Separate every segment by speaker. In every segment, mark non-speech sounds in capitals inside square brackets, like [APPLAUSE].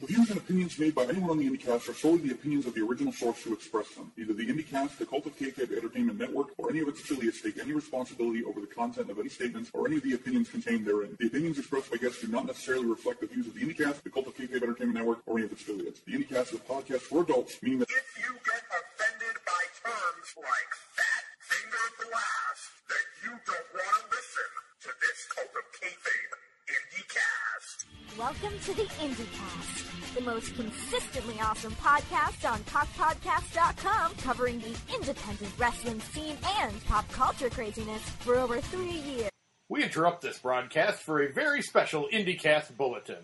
Speaker 1: Reviews and opinions made by anyone on the IndyCast are solely the opinions of the original source who expressed them. Neither the IndyCast, the Cult of K-Fed Entertainment Network, or any of its affiliates take any responsibility over the content of any statements or any of the opinions contained therein. The opinions expressed by guests do not necessarily reflect the views of the IndyCast, the Cult of K-Fed Entertainment Network, or any of its affiliates. The IndyCast is a podcast for adults, meaning that
Speaker 2: If you get offended by terms like fat finger blast, then you don't want to listen to this cult of kayfabe IndieCast.
Speaker 3: Welcome to the IndieCast, the most consistently awesome podcast on TalkPodcast.com covering the independent wrestling scene and pop culture craziness for over three years.
Speaker 4: We interrupt this broadcast for a very special IndyCast bulletin.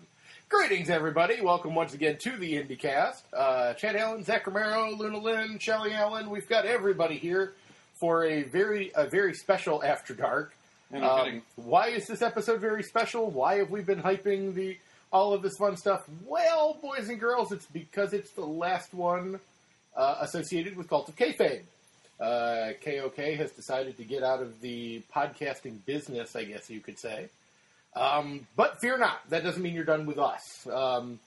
Speaker 4: Greetings, everybody. Welcome once again to the IndyCast. Uh, Chad Allen, Zach Romero, Luna Lynn, Shelly Allen. We've got everybody here for a very, a very special After Dark.
Speaker 5: no
Speaker 4: Um,
Speaker 5: kidding.
Speaker 4: why is this episode very special? Why have we been hyping the all of this fun stuff? Well, boys and girls, it's because it's the last one uh, associated with Cult of Kayfabe. Uh, KOK has decided to get out of the podcasting business, I guess you could say. Um, but fear not. That doesn't mean you're done with us. Um,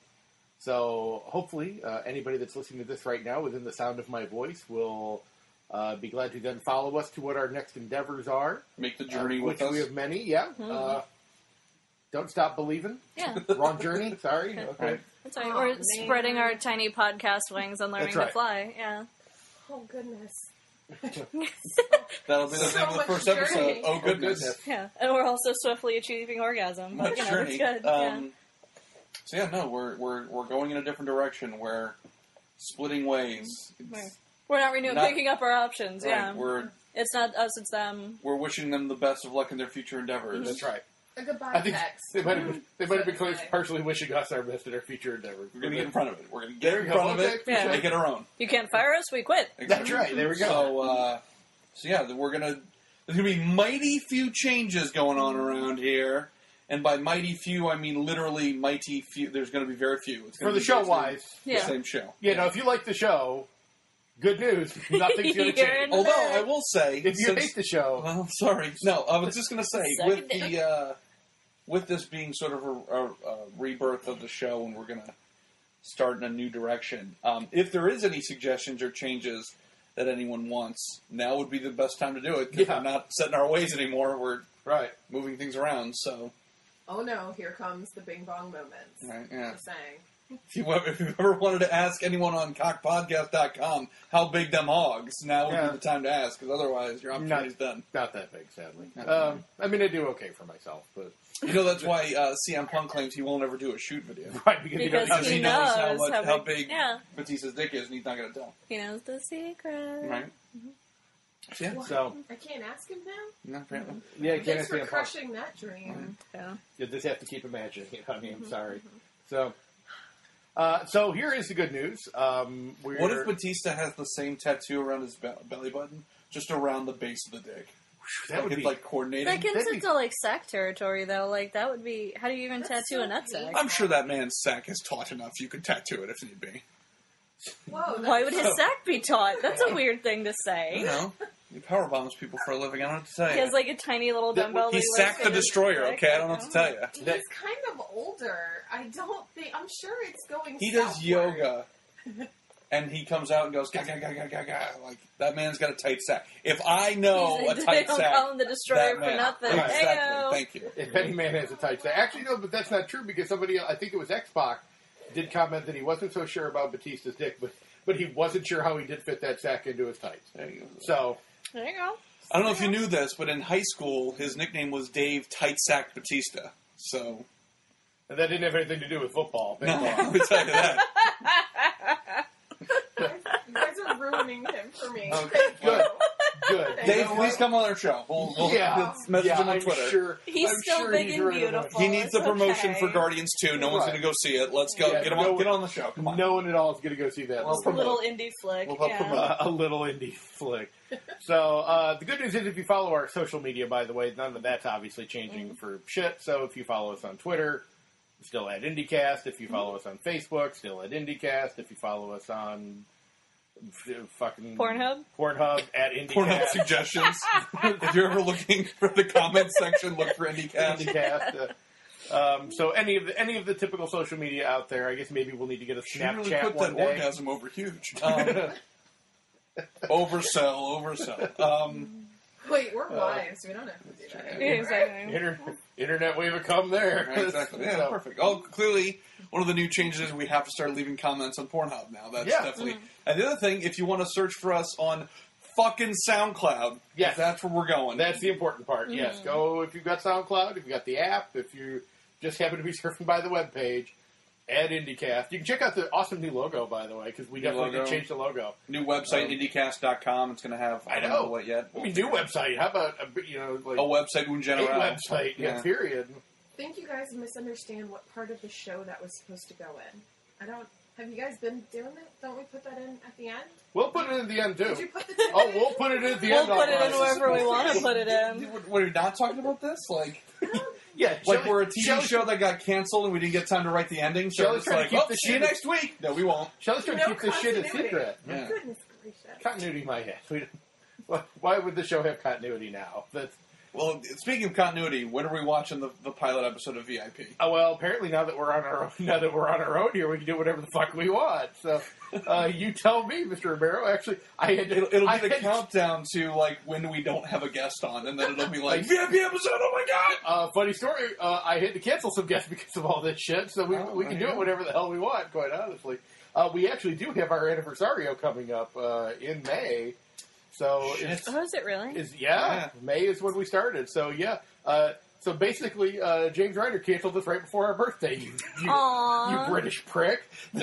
Speaker 4: so hopefully, uh, anybody that's listening to this right now within the sound of my voice will uh, be glad to then follow us to what our next endeavors are.
Speaker 5: Make the journey
Speaker 4: Uh,
Speaker 5: with
Speaker 4: which
Speaker 5: us.
Speaker 4: we have many. Yeah. Uh, don't stop believing.
Speaker 6: Yeah,
Speaker 4: Wrong journey. [LAUGHS] Sorry. Okay.
Speaker 6: that's right. We're spreading our tiny podcast wings and learning
Speaker 4: That's right.
Speaker 6: to fly. Yeah.
Speaker 7: Oh goodness.
Speaker 5: That'll be the
Speaker 7: So
Speaker 5: name of the
Speaker 7: much
Speaker 5: first
Speaker 7: journey.
Speaker 5: episode. Oh
Speaker 4: Oh,
Speaker 7: [LAUGHS]
Speaker 5: goodness,
Speaker 4: goodness.
Speaker 6: Yeah. And we're also swiftly achieving orgasm.
Speaker 5: much
Speaker 6: you know,
Speaker 5: journey.
Speaker 6: It's good.
Speaker 5: Um, So yeah, no, we're we're we're going in a different direction. We're splitting ways.
Speaker 6: yeah. We're, we're not renewing,
Speaker 5: Not-
Speaker 6: picking up our options.
Speaker 5: Right,
Speaker 6: Yeah.
Speaker 5: We're
Speaker 6: It's not us, it's them.
Speaker 5: we're wishing them the best of luck in their future endeavors.
Speaker 4: Mm-hmm. That's right.
Speaker 7: A goodbye
Speaker 4: I think
Speaker 7: text.
Speaker 4: they might have been, they might have
Speaker 7: [LAUGHS]
Speaker 4: been
Speaker 7: Goodbye.
Speaker 4: partially wishing us our best in our future endeavors.
Speaker 5: We're gonna get in front of it. We're gonna get
Speaker 4: There
Speaker 5: in
Speaker 4: you go.
Speaker 5: front of it.
Speaker 4: Okay.
Speaker 5: and
Speaker 6: Yeah.
Speaker 5: Make it our own.
Speaker 6: You can't fire us, we quit.
Speaker 4: That's right. There we go. Mm-hmm.
Speaker 5: So uh, so yeah, th- we're gonna there's gonna be mighty few changes going on around here. And by mighty few, I mean literally mighty few. There's going to be very few. It's gonna
Speaker 4: For the
Speaker 5: be
Speaker 4: show
Speaker 5: same-
Speaker 4: wise,
Speaker 5: the
Speaker 6: Yeah.
Speaker 5: same show.
Speaker 4: you know, if you like the show, good news. Nothing's going to
Speaker 6: [LAUGHS] You're
Speaker 4: change.
Speaker 6: in-
Speaker 5: Although I will say,
Speaker 4: If you
Speaker 5: since-
Speaker 4: hate the show,
Speaker 5: [LAUGHS] well, sorry, no, I was just going to say
Speaker 6: Suck
Speaker 5: with
Speaker 6: it
Speaker 5: the uh, with this being sort of a, a, a rebirth of the show, and we're going to start in a new direction. Um, if there is any suggestions or changes that anyone wants, now would be the best time to do it because
Speaker 4: Yeah.
Speaker 5: we're not setting our ways anymore. We're
Speaker 4: right?
Speaker 5: moving things around, so
Speaker 7: Oh no, here comes the bing bong moments.
Speaker 5: right, yeah.
Speaker 7: Just saying.
Speaker 5: If you, if you ever [LAUGHS] wanted to ask anyone on cockpodcast.com how big them hogs, now would
Speaker 4: Yeah.
Speaker 5: be the time to ask because otherwise your opportunity's done.
Speaker 4: Not that big, sadly.
Speaker 5: Not that
Speaker 4: Um, I mean, I do okay for myself, but [LAUGHS]
Speaker 5: You know that's why uh, CM Punk claims he won't ever do a shoot
Speaker 6: [LAUGHS]
Speaker 5: video
Speaker 4: right because, you don't
Speaker 6: Because
Speaker 4: have
Speaker 5: he
Speaker 6: he
Speaker 4: any-
Speaker 5: knows
Speaker 6: knows
Speaker 5: how much- how big-
Speaker 6: Yeah.
Speaker 5: Batista's dick is, and he's not going to tell.
Speaker 6: He knows the secret.
Speaker 5: Right?
Speaker 6: Mm-hmm.
Speaker 5: Yeah.
Speaker 7: What?
Speaker 4: So
Speaker 7: I can't ask him now?
Speaker 5: No, apparently.
Speaker 4: yeah, can't
Speaker 7: Thanks
Speaker 4: ask me
Speaker 7: for
Speaker 4: a Mm. problem.
Speaker 7: crushing that dream.
Speaker 6: Yeah.
Speaker 4: You just have to keep imagining it, [LAUGHS] honey.
Speaker 6: Mm-hmm,
Speaker 4: I'm sorry. So, uh, so here is the good news. Um, we're,
Speaker 5: What if Batista has the same tattoo around his be- belly button, just around the base of the dick?
Speaker 4: that
Speaker 5: like
Speaker 4: would
Speaker 5: it's
Speaker 4: be
Speaker 5: like coordinating.
Speaker 6: That gets
Speaker 4: That'd be-
Speaker 6: into like sack territory though. Like that would be how do you even
Speaker 7: That's
Speaker 6: tattoo
Speaker 7: so
Speaker 6: a nutsack?
Speaker 5: I'm sure that man's sack is taut enough you could tattoo it if need be.
Speaker 7: Whoa. that-
Speaker 6: Why
Speaker 5: [LAUGHS]
Speaker 6: would his sack be taut? That's a weird thing to
Speaker 5: You
Speaker 6: say.
Speaker 5: know, he power bombs people for a living. I don't know what to tell
Speaker 6: He
Speaker 5: you.
Speaker 6: has like a tiny little
Speaker 4: That-
Speaker 6: dumbbell.
Speaker 5: he
Speaker 6: that lifts
Speaker 5: sacked the
Speaker 6: with his
Speaker 5: destroyer.
Speaker 6: dick.
Speaker 5: Okay, I don't know what to tell you.
Speaker 7: He's
Speaker 4: that-
Speaker 7: kind of older. I don't think. I'm sure it's going.
Speaker 5: He does
Speaker 7: southward.
Speaker 5: yoga. And he comes out and goes, ga, ga, ga, ga, ga, ga. Like, that man's got a tight sack. If I know
Speaker 6: He's-
Speaker 5: a
Speaker 6: they
Speaker 5: tight
Speaker 6: don't
Speaker 5: sack,
Speaker 6: call him the destroyer
Speaker 5: that
Speaker 6: for
Speaker 5: man-
Speaker 6: nothing. Ayo.
Speaker 5: Exactly. Thank you.
Speaker 4: if any man has a type set. Actually, no, but that's not true because somebody, I think it was Xbox, did comment that he wasn't so sure about Batista's dick, but but he wasn't sure how he did fit that sack into his tights.
Speaker 5: There you go.
Speaker 4: So
Speaker 6: There you go.
Speaker 5: I don't know if you knew this, but in high school, his nickname was Dave Tightsack Batista. So, [LAUGHS]
Speaker 4: and that didn't have anything to do with football.
Speaker 5: no, I would tell you that.
Speaker 7: You guys- you guys are ruining him for me.
Speaker 4: Oh.
Speaker 5: Okay.
Speaker 4: Good, good.
Speaker 5: Dave,
Speaker 4: You know
Speaker 5: please
Speaker 4: what?
Speaker 5: come on our show. We'll, we'll
Speaker 4: Yeah,
Speaker 5: message
Speaker 4: yeah,
Speaker 5: him on
Speaker 4: I'm
Speaker 5: Twitter.
Speaker 4: sure-
Speaker 6: He's
Speaker 4: I'm
Speaker 6: still
Speaker 4: sure
Speaker 6: big
Speaker 4: he's
Speaker 6: and
Speaker 4: right about it.
Speaker 6: beautiful.
Speaker 5: He needs the
Speaker 6: It's
Speaker 5: promotion
Speaker 6: okay.
Speaker 5: for Guardians 2. No one's
Speaker 4: Right.
Speaker 5: going to go see it. Let's go.
Speaker 4: Yeah,
Speaker 5: get, him on,
Speaker 4: no-
Speaker 5: get on the show. Come on.
Speaker 4: No one at all is going to go see that.
Speaker 5: Well,
Speaker 6: It's a little indie flick.
Speaker 5: We'll help
Speaker 6: yeah.
Speaker 5: promote.
Speaker 4: uh, a little indie flick. So uh, the good news is, if you follow our social media, by the way, none of that's obviously changing
Speaker 6: Mm.
Speaker 4: for shit. So if you follow us on Twitter, still at IndieCast. If you follow
Speaker 6: Mm-hmm.
Speaker 4: us on Facebook, still at IndieCast. If you follow us on f- fucking
Speaker 6: Pornhub?
Speaker 4: Pornhub at
Speaker 5: Pornhub
Speaker 4: IndieCast.
Speaker 5: suggestions. if you're ever looking for the comment section, look for IndieCast.
Speaker 4: IndieCast. Uh, Um, so any of the any of the typical social media out there, I guess maybe we'll need to get a
Speaker 5: She
Speaker 4: Snapchat
Speaker 5: really put
Speaker 4: one
Speaker 5: that
Speaker 4: day.
Speaker 5: orgasm over huge. Um, [LAUGHS] oversell, oversell. Um,
Speaker 7: Wait,
Speaker 4: Oh.
Speaker 7: we're wives. We don't have to do that.
Speaker 6: Yeah, [LAUGHS] exactly.
Speaker 4: Inter- internet wave of come there. [LAUGHS]
Speaker 5: right, exactly. Yeah,
Speaker 4: So,
Speaker 5: perfect. Oh, clearly, one of the new changes is we have to start leaving comments on Pornhub now. That's
Speaker 4: Yeah.
Speaker 5: definitely. And the other thing, if you want to search for us on fucking SoundCloud,
Speaker 4: Yes.
Speaker 5: that's where we're going.
Speaker 4: That's the important part. Yes, go if you've got SoundCloud, if you've got the app, if you just happen to be [LAUGHS] surfing by the web page. At IndyCast, you can check out the awesome new logo, by the way, because we
Speaker 5: New
Speaker 4: definitely did
Speaker 5: logo.
Speaker 4: change the logo.
Speaker 5: new website,
Speaker 4: Um,
Speaker 5: indycast.com. It's going to have.
Speaker 4: I
Speaker 5: don't
Speaker 4: know.
Speaker 5: what yet.
Speaker 4: I mean, new website. How about a, bit, you know, like
Speaker 5: A website in
Speaker 4: a
Speaker 5: general.
Speaker 4: website? Yeah.
Speaker 5: Yeah.
Speaker 4: period.
Speaker 7: I think you guys misunderstand what part of the show that was supposed to go in. I don't. Have you guys been doing it? Don't we put that in at the end?
Speaker 4: We'll put it in the end
Speaker 7: Did
Speaker 4: too.
Speaker 7: you put the [LAUGHS]
Speaker 4: Oh, we'll put it in at the
Speaker 6: We'll
Speaker 4: end. all
Speaker 6: put it in
Speaker 4: right.
Speaker 6: wherever we want to put it in.
Speaker 5: What, what, are we not talking about this? Like,
Speaker 4: Yeah,
Speaker 5: like
Speaker 4: Shelley-
Speaker 5: we're a TV
Speaker 4: Shelley-
Speaker 5: show that got canceled and we didn't get time to write the ending, so
Speaker 4: Shelley's
Speaker 5: it's
Speaker 4: trying to
Speaker 5: like,
Speaker 4: keep
Speaker 5: oh,
Speaker 4: the
Speaker 5: see you
Speaker 4: shit-
Speaker 5: next week. No, we won't.
Speaker 4: Shelley's trying to
Speaker 7: No
Speaker 4: keep this shit a
Speaker 7: continuity.
Speaker 4: secret.
Speaker 5: Yeah.
Speaker 7: Goodness gracious!
Speaker 4: Continuity, my ass. We don't- [LAUGHS] why- why would the show have continuity now? That's
Speaker 5: Well, speaking of continuity, when are we watching the, the pilot episode of VIP?
Speaker 4: oh, well. Apparently, now that we're on our own, [LAUGHS] now that we're on our own here, we can do whatever the fuck we want.
Speaker 5: [LAUGHS]
Speaker 4: So, uh, you tell me, Mr. Romero. Actually, I had to,
Speaker 5: It'll, it'll
Speaker 4: I
Speaker 5: be the
Speaker 4: had-
Speaker 5: countdown to like when we don't have a guest on, and then it'll be like VIP episode. Oh my god!
Speaker 4: Uh, funny story. Uh, I had to cancel some [LAUGHS] guests because of all this shit. So we,
Speaker 5: Oh,
Speaker 4: we can do
Speaker 5: yeah.
Speaker 4: it whatever the hell we want. Quite honestly, uh, we actually do have our anniversario coming up uh, in May. So
Speaker 5: Shit.
Speaker 4: it's
Speaker 6: Oh, is it really?
Speaker 4: Is yeah,
Speaker 5: Yeah.
Speaker 4: May is when we started. So yeah. Uh, so basically, uh, James Ryder canceled this right before our birthday. You, you, you
Speaker 6: Aww.
Speaker 4: British prick.
Speaker 6: [LAUGHS]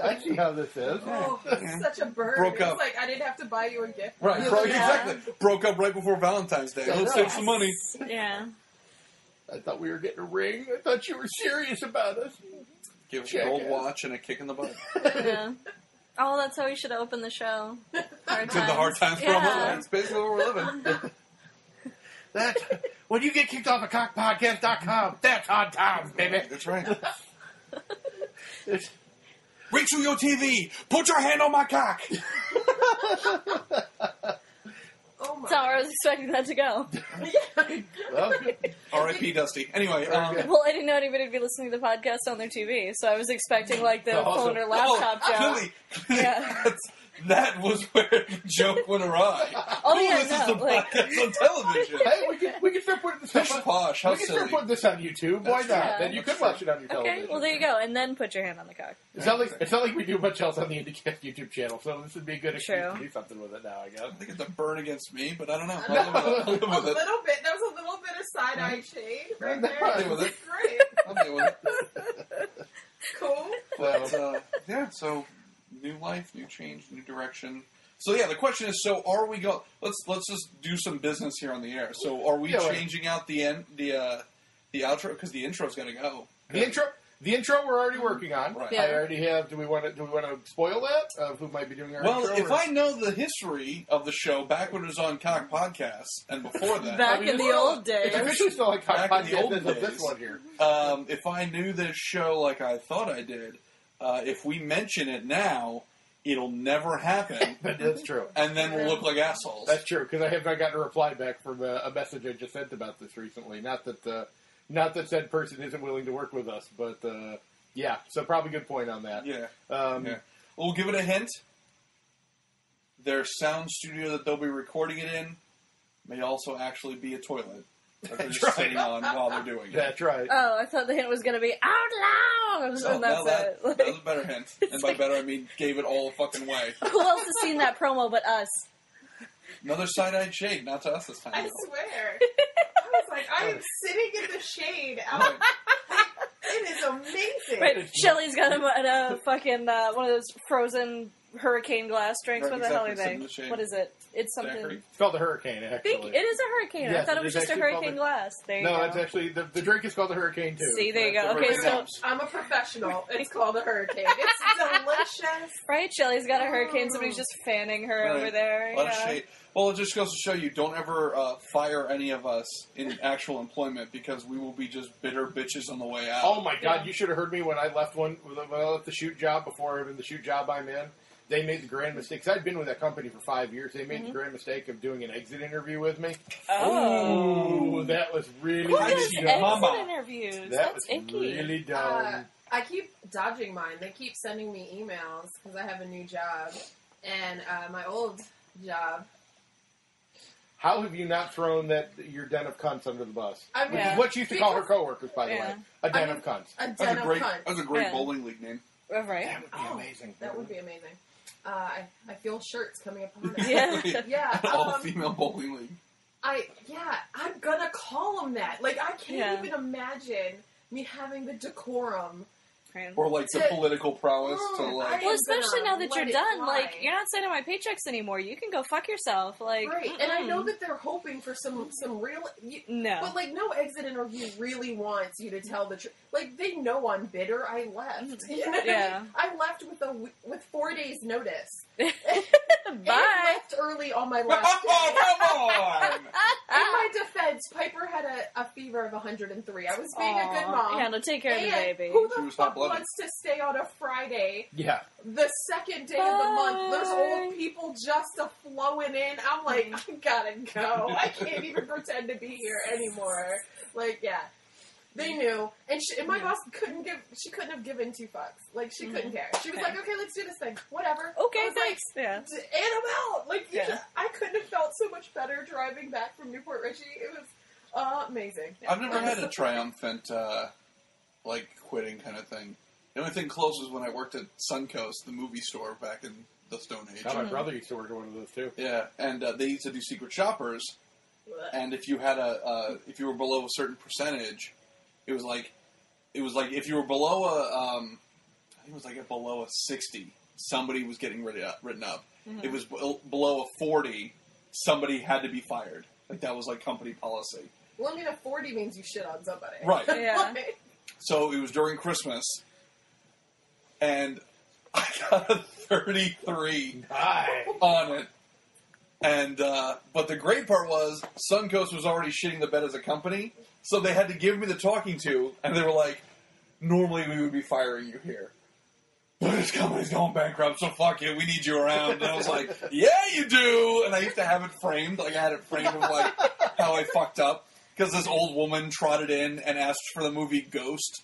Speaker 4: I see how this is.
Speaker 5: [LAUGHS]
Speaker 7: Oh, such a burn.
Speaker 5: Broke
Speaker 7: It was
Speaker 5: up.
Speaker 7: Like I didn't have to buy you a gift.
Speaker 5: Right,
Speaker 4: Yeah.
Speaker 5: broke, exactly. Broke up right before Valentine's Day.
Speaker 4: I
Speaker 5: Let's
Speaker 4: know.
Speaker 5: save some money. [LAUGHS]
Speaker 6: yeah.
Speaker 4: I thought we were getting a ring. I thought you were serious about us.
Speaker 5: Give us a
Speaker 4: Check
Speaker 5: gold
Speaker 4: it.
Speaker 5: watch and a kick in the
Speaker 6: [LAUGHS]
Speaker 5: butt.
Speaker 6: yeah. Oh, that's how we should open the show. Hard
Speaker 5: To the hard times
Speaker 6: yeah.
Speaker 5: promo. That's basically where we're living.
Speaker 4: [LAUGHS] That's when you get kicked off of cockpodcast.com. That's on times, baby.
Speaker 5: That's right.
Speaker 4: It's-
Speaker 5: Reach through your TV. Put your hand on my [LAUGHS] cock.
Speaker 7: Oh my.
Speaker 6: That's how I was expecting that to go.
Speaker 7: [LAUGHS]
Speaker 4: well,
Speaker 5: R.I.P. Dusty. Anyway, um,
Speaker 4: Okay.
Speaker 6: Well, I didn't know anybody would be listening to the podcast on their TV, so I was expecting like
Speaker 5: [LAUGHS]
Speaker 6: the
Speaker 4: No, also-
Speaker 6: phone or laptop
Speaker 5: oh,
Speaker 6: job.
Speaker 5: Clearly,
Speaker 6: Yeah.
Speaker 5: [LAUGHS] that's- that was where [LAUGHS] the joke went
Speaker 6: [LAUGHS]
Speaker 5: awry.
Speaker 6: Oh yeah,
Speaker 5: this is
Speaker 6: no,
Speaker 5: the
Speaker 6: like
Speaker 5: podcast on
Speaker 6: [LAUGHS]
Speaker 5: television.
Speaker 4: hey, we can we can start putting this
Speaker 5: Pish
Speaker 4: up on-
Speaker 5: posh, how
Speaker 4: we can start
Speaker 5: silly.
Speaker 4: putting this on YouTube. Why
Speaker 5: That's
Speaker 4: not?
Speaker 6: true.
Speaker 4: Then you
Speaker 5: That's
Speaker 4: could watch it on your television.
Speaker 6: okay. Well, there you go, and then put your hand on the cock.
Speaker 4: It's not like it's not like we do much else on the IndieCast YouTube channel, so this would be a good excuse
Speaker 6: True.
Speaker 4: to do something with it now, I guess.
Speaker 5: I think it's a burn against me, but I
Speaker 4: [LAUGHS]
Speaker 5: don't know. I'll live with it.
Speaker 7: A
Speaker 5: I'll
Speaker 7: little
Speaker 5: live with it.
Speaker 7: bit. That was a little bit of side eye shade right there.
Speaker 4: I'll
Speaker 5: deal with it.
Speaker 7: Great.
Speaker 5: I'll deal with it.
Speaker 7: Cool.
Speaker 5: But, uh, yeah, so new life, new change, new direction. So yeah, the question is: So are we go? Let's let's just do some business here on the air. So are we
Speaker 4: Yeah, wait.
Speaker 5: changing out the end, the uh, the outro because the intro's gonna go.
Speaker 4: The intro, the intro, we're already working on.
Speaker 5: Right.
Speaker 6: Yeah.
Speaker 4: I already have. Do we want to? Do we want to spoil that of who might be doing our
Speaker 5: Well,
Speaker 4: intro?
Speaker 5: if
Speaker 4: or-
Speaker 5: I know the history of the show back when it was on Cock Podcasts
Speaker 4: [LAUGHS]
Speaker 5: and before that,
Speaker 6: Back
Speaker 4: mean,
Speaker 6: in the
Speaker 4: well,
Speaker 6: old days.
Speaker 4: it's officially still like
Speaker 5: Back in the
Speaker 4: podcast
Speaker 5: old
Speaker 4: of this
Speaker 5: days.
Speaker 4: one here.
Speaker 5: um, if I knew this show like I thought I did, uh, if we mention it now, it'll never happen,
Speaker 4: [LAUGHS] But that's true.
Speaker 5: and then we'll look like assholes.
Speaker 4: That's true because I have not gotten a reply back from a, a message I just sent about this recently. Not that, uh, not that said person isn't willing to work with us, but uh, yeah. So probably good point on that.
Speaker 5: Yeah.
Speaker 4: Um,
Speaker 5: Yeah. We'll give it a hint. Their sound studio that they'll be recording it in may also actually be a toilet that they're just
Speaker 6: [LAUGHS]
Speaker 4: right.
Speaker 5: sitting on while they're doing it.
Speaker 4: That's right.
Speaker 6: Oh, I thought the hint was gonna be out loud,
Speaker 5: So
Speaker 6: and that's
Speaker 5: now that,
Speaker 6: it.
Speaker 5: Oh,
Speaker 6: [LAUGHS]
Speaker 5: that was
Speaker 6: Like,
Speaker 5: a better hint. And by better, I mean gave it all a fucking way.
Speaker 6: who else has seen that promo but us?
Speaker 5: Another side-eyed shade, not to us this time. [LAUGHS]
Speaker 7: I
Speaker 5: though.
Speaker 7: swear. I was like, I am sitting in the shade. Out.
Speaker 5: Right.
Speaker 7: It is amazing.
Speaker 6: Right, Shelly's got him at a fucking uh, one of those frozen hurricane glass drinks.
Speaker 5: Right,
Speaker 6: what the hell
Speaker 5: exactly,
Speaker 6: are
Speaker 5: something to
Speaker 6: they?
Speaker 5: shade.
Speaker 6: What is it? It's something.
Speaker 5: Daiquiri.
Speaker 4: It's called the hurricane.
Speaker 6: I think
Speaker 4: Actually,
Speaker 6: it is a hurricane. I
Speaker 4: Yes,
Speaker 6: thought
Speaker 4: it
Speaker 6: it was
Speaker 4: is
Speaker 6: just a
Speaker 4: actually
Speaker 6: hurricane
Speaker 4: called
Speaker 6: glass. There you
Speaker 4: no,
Speaker 6: go.
Speaker 4: it's actually the, the drink is called the hurricane too.
Speaker 6: See, there you go.
Speaker 4: That's
Speaker 6: Okay,
Speaker 4: the
Speaker 6: so
Speaker 4: hurricane.
Speaker 7: I'm a professional. It's called a hurricane. It's delicious.
Speaker 6: right, Shelly's got a hurricane. Somebody's just fanning her
Speaker 5: Right.
Speaker 6: over there.
Speaker 5: A lot of
Speaker 6: yeah.
Speaker 5: shade. Well, it just goes to show you don't ever uh, fire any of us in actual employment because we will be just bitter bitches on the way out.
Speaker 4: Oh my god, you should have heard me when I left one when I left the shoot job before even the shoot job I'm in. they made the grand mistake. i I'd been with that company for five years. They
Speaker 6: Mm-hmm.
Speaker 4: made the grand mistake of doing an exit interview with me. Ooh,
Speaker 5: Oh.
Speaker 4: that was really
Speaker 6: Oh. Who does
Speaker 5: Actually,
Speaker 4: dumb.
Speaker 5: your
Speaker 6: exit
Speaker 5: mama.
Speaker 6: interviews?
Speaker 4: That
Speaker 6: That's
Speaker 4: was
Speaker 6: icky.
Speaker 4: really dumb.
Speaker 5: um,
Speaker 7: Uh, I keep dodging mine. They keep sending me emails because I have a new job, and uh, my old job.
Speaker 4: How have you not thrown that your den of cunts under the bus?
Speaker 7: I
Speaker 4: Which
Speaker 6: Yeah.
Speaker 4: is what she used to call her
Speaker 7: Because-
Speaker 4: coworkers, by the way.
Speaker 6: Yeah.
Speaker 4: A den
Speaker 7: I
Speaker 4: of cunts.
Speaker 7: A
Speaker 5: That's
Speaker 7: den
Speaker 5: a
Speaker 7: of
Speaker 5: great.
Speaker 7: cunts.
Speaker 5: That's a great
Speaker 6: Yeah.
Speaker 5: bowling league name.
Speaker 6: Uh, Right?
Speaker 4: That would
Speaker 7: Oh,
Speaker 4: be amazing.
Speaker 7: That would be amazing. Uh, I, I feel shirts
Speaker 6: [LAUGHS]
Speaker 7: coming upon us.
Speaker 5: [LAUGHS]
Speaker 6: Yeah.
Speaker 7: Yeah,
Speaker 5: All
Speaker 7: um,
Speaker 5: female bowling league.
Speaker 7: I yeah, I'm gonna call them that. Like I can't
Speaker 6: Yeah.
Speaker 7: even imagine me having the decorum.
Speaker 6: Right.
Speaker 5: Or like the
Speaker 7: to-
Speaker 5: political prowess to
Speaker 7: Mm,
Speaker 5: [LAUGHS] like.
Speaker 7: I-
Speaker 6: Well, especially now that
Speaker 7: Let
Speaker 6: you're
Speaker 7: it
Speaker 6: done,
Speaker 7: fly.
Speaker 6: like you're not sending my paychecks anymore. You can go fuck yourself. Like,
Speaker 7: right, and I
Speaker 6: mm-mm.
Speaker 7: know that they're hoping for some some real. You,
Speaker 6: No.
Speaker 7: But like, no exit interview really wants you to tell the truth. Like they know I'm bitter. I left. [LAUGHS] You know?
Speaker 6: Mm, Yeah.
Speaker 7: I left with a w- with four days notice. And I
Speaker 6: Bye.
Speaker 7: left early on my
Speaker 5: [LAUGHS]
Speaker 7: last day.
Speaker 5: oh, come on!
Speaker 7: In
Speaker 6: Ah.
Speaker 7: my defense, Piper had a, a fever of 103. I was being a good
Speaker 6: Aw.
Speaker 7: mom.
Speaker 6: Yeah, no, take care of the
Speaker 7: And
Speaker 6: baby.
Speaker 7: who
Speaker 5: She
Speaker 7: the
Speaker 5: was
Speaker 7: fuck
Speaker 5: hot blooded.
Speaker 7: wants to stay on a Friday,
Speaker 4: Yeah.
Speaker 7: the second day of the month? There's
Speaker 6: Bye.
Speaker 7: old people just a flowing in. I'm like, I gotta go. I can't even [LAUGHS] pretend to be here anymore. Like, yeah, they knew, and, she, and my boss couldn't give. She couldn't have given two fucks. Like, she couldn't care. She was
Speaker 6: Mm-hmm. Okay.
Speaker 7: like, okay, let's do this thing. Whatever. I
Speaker 6: Okay,
Speaker 7: was like,
Speaker 6: thanks. Yeah.
Speaker 7: and I'm out. Like you
Speaker 6: Yeah.
Speaker 7: just, I couldn't have felt so much better driving back from Newport Richie. It was amazing.
Speaker 5: I've never had a triumphant, uh, like, quitting kind of thing. The only thing close was when I worked at Suncoast, the movie store back in the Stone Age.
Speaker 4: Now
Speaker 7: Mm.
Speaker 4: my brother used to work at one of those too.
Speaker 5: Yeah, and uh, they used to do secret shoppers, and if you had a, uh, if you were below a certain percentage, it was like, it was like if you were below a, um, I think it was like a below a sixty, somebody was getting written up. Written up. It was bel- below a forty, somebody had to be fired. Like that was like company policy.
Speaker 7: Well, I mean, a forty means you shit on somebody, [LAUGHS]
Speaker 5: Right.
Speaker 6: Yeah.
Speaker 7: Like,
Speaker 5: So it was during Christmas, and I got a 33
Speaker 4: Hi.
Speaker 7: [LAUGHS]
Speaker 5: on it. And uh, but the great part was Suncoast was already shitting the bed as a company, so they had to give me the talking to, and they were like, "Normally we would be firing you here, but this company's going bankrupt, so fuck it, we need you around." And I was like, [LAUGHS] "Yeah, you do." And I used to have it framed, like I had it framed of like how I fucked up because this old woman trotted in and asked for the movie Ghost.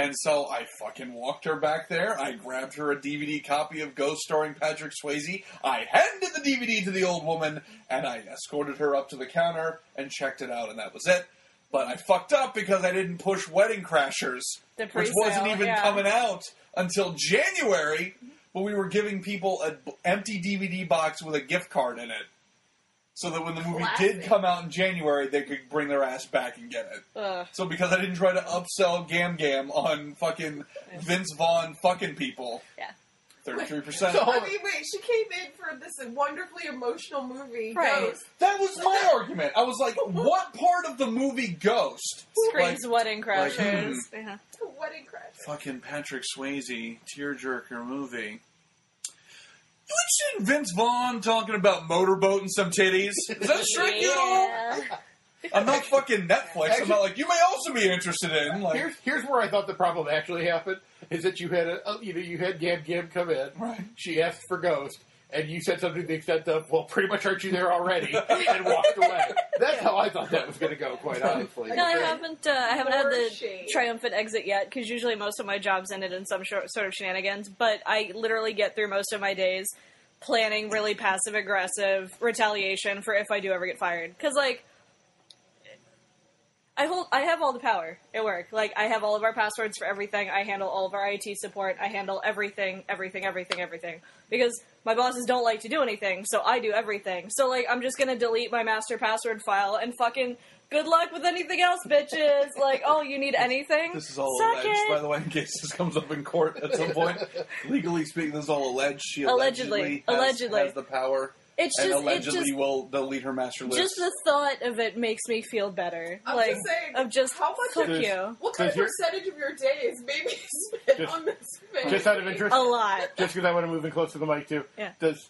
Speaker 5: And so I fucking walked her back there. I grabbed her a DVD copy of Ghost starring Patrick Swayze. I handed the DVD to the old woman and I escorted her up to the counter and checked it out, and that was it. But I fucked up because I didn't push Wedding Crashers,
Speaker 6: The
Speaker 5: which wasn't
Speaker 6: pre-sale,
Speaker 5: even
Speaker 6: yeah.
Speaker 5: coming out until January. But we were giving people an empty DVD box with a gift card in it, so that when the movie did
Speaker 7: Classic.
Speaker 5: come out in January, they could bring their ass back and get it.
Speaker 6: Ugh.
Speaker 5: So because I didn't try to upsell Gam Gam on fucking Vince Vaughn fucking people.
Speaker 6: Yeah.
Speaker 5: Thirty-three percent.
Speaker 7: I mean, wait. She came in for this wonderfully emotional movie.
Speaker 6: Right.
Speaker 7: Ghost.
Speaker 5: That was my argument. I was like, what part of the movie Ghost?
Speaker 6: Screams
Speaker 5: Like,
Speaker 6: wedding crashers.
Speaker 5: hmm.
Speaker 6: yeah.
Speaker 7: Wedding crash.
Speaker 5: fucking Patrick Swayze tearjerker movie. You ain't seen Vince Vaughn talking about motorboat and some titties. Is that shrinking at all?
Speaker 6: Yeah.
Speaker 5: I'm not fucking Netflix. I'm not like you may also be interested in like
Speaker 4: Here's here's where I thought the problem actually happened is that you had a uh, you know you had Gam Gam come in.
Speaker 5: Right.
Speaker 4: She asked for Ghost, and you said something to the extent of, "Well, pretty much aren't you there
Speaker 5: [LAUGHS]
Speaker 4: already?" and walked away. That's how I thought that was going to go. Quite honestly.
Speaker 6: No, I haven't. Uh, I haven't had
Speaker 7: More
Speaker 6: the
Speaker 7: shade.
Speaker 6: triumphant exit yet because usually most of my jobs ended in some short, sort of shenanigans. But I literally get through most of my days planning really passive aggressive retaliation for if I do ever get fired. Because like, I hold, I have all the power at work. Like, I have all of our passwords for everything. I handle all of our IT support. I handle everything, everything, everything, everything. Because my bosses don't like to do anything, so I do everything. So like, I'm just gonna delete my master password file and fucking good luck with anything else,
Speaker 5: [LAUGHS]
Speaker 6: bitches. like, oh, you need anything?
Speaker 5: This is all
Speaker 6: Suck
Speaker 5: alleged,
Speaker 6: it.
Speaker 5: by the way, in case this comes up in court at some
Speaker 6: [LAUGHS]
Speaker 5: point. Legally speaking, this is all alleged. She allegedly
Speaker 6: Allegedly.
Speaker 5: has,
Speaker 6: Allegedly.
Speaker 5: has the power,
Speaker 6: It's
Speaker 5: and
Speaker 6: just, it
Speaker 5: allegedly
Speaker 6: just,
Speaker 5: will delete her master list.
Speaker 6: just the thought of it makes me feel better.
Speaker 7: I'm
Speaker 6: like,
Speaker 7: just saying,
Speaker 6: of just
Speaker 7: how much
Speaker 6: fuck
Speaker 4: is-
Speaker 6: you
Speaker 7: What kind
Speaker 4: Does
Speaker 7: of
Speaker 4: your-
Speaker 7: percentage of your day is maybe [LAUGHS] spent
Speaker 4: Just-
Speaker 7: on this thing?
Speaker 4: Just out of interest,
Speaker 6: a lot.
Speaker 4: just because I want to move in close to the mic too.
Speaker 6: Yeah.
Speaker 4: Does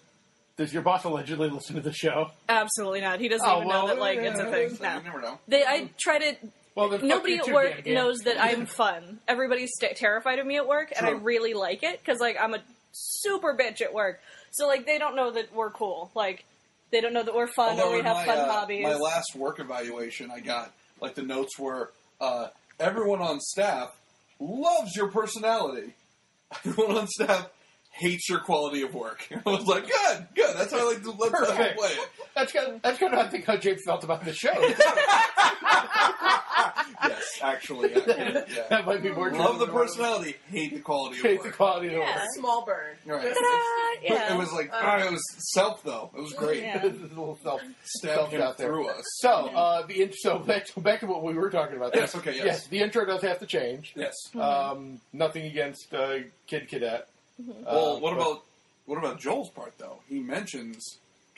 Speaker 4: does your boss allegedly listen to the show?
Speaker 6: Absolutely not. He doesn't
Speaker 4: Oh,
Speaker 6: even
Speaker 4: well,
Speaker 6: know that like it's a
Speaker 4: yeah.
Speaker 7: [LAUGHS]
Speaker 6: thing.
Speaker 5: You
Speaker 6: No.
Speaker 5: never know.
Speaker 6: They, I try to.
Speaker 4: Well, then fuck
Speaker 6: Nobody
Speaker 4: you
Speaker 6: at
Speaker 4: too,
Speaker 6: work
Speaker 4: Gam Gam.
Speaker 5: [LAUGHS]
Speaker 6: knows that I'm fun. Everybody's sta terrified of me at work, and I
Speaker 5: True.
Speaker 6: really like it because, like, I'm a super bitch at work. So like they don't know that we're cool. Like they don't know that we're fun
Speaker 5: Although
Speaker 6: or we
Speaker 5: in
Speaker 6: have
Speaker 5: my,
Speaker 6: fun
Speaker 5: uh,
Speaker 6: hobbies.
Speaker 5: My last work evaluation, I got like the notes were uh, everyone on staff loves your personality. [LAUGHS] Everyone on staff hates your quality of work. [LAUGHS] I was like, good, good. That's how I like to let's let's
Speaker 4: Perfect.
Speaker 5: play it.
Speaker 4: That's kind of, that's kind of how I think how James felt about the show.
Speaker 5: [LAUGHS]
Speaker 4: [LAUGHS]
Speaker 5: Yes, actually, actually yeah.
Speaker 4: that might be more. true
Speaker 5: Love the
Speaker 4: than what I was-
Speaker 5: personality, hate the quality of
Speaker 4: Hate the
Speaker 5: work.
Speaker 4: quality of the
Speaker 6: Yeah.
Speaker 4: work.
Speaker 7: Small bird.
Speaker 5: Right.
Speaker 6: Ta-da!
Speaker 5: But
Speaker 6: [LAUGHS] uh, Yeah. Uh,
Speaker 5: It was like,
Speaker 7: Um,
Speaker 5: all right, it was self though. It was great.
Speaker 4: [LAUGHS]
Speaker 6: Yeah.
Speaker 4: This is a little self
Speaker 5: Stabbed him
Speaker 4: out there.
Speaker 5: through us.
Speaker 4: So, uh, the int- so back [LAUGHS] to, back to what we were talking about. there.
Speaker 5: Yes, okay, yes. Mm-hmm.
Speaker 4: the intro does have to change.
Speaker 5: yes.
Speaker 4: Um, nothing against uh, Kid Cadet.
Speaker 6: Mm-hmm.
Speaker 5: Well,
Speaker 4: Uh,
Speaker 5: what
Speaker 4: but-
Speaker 5: about what about Joel's part though? He mentions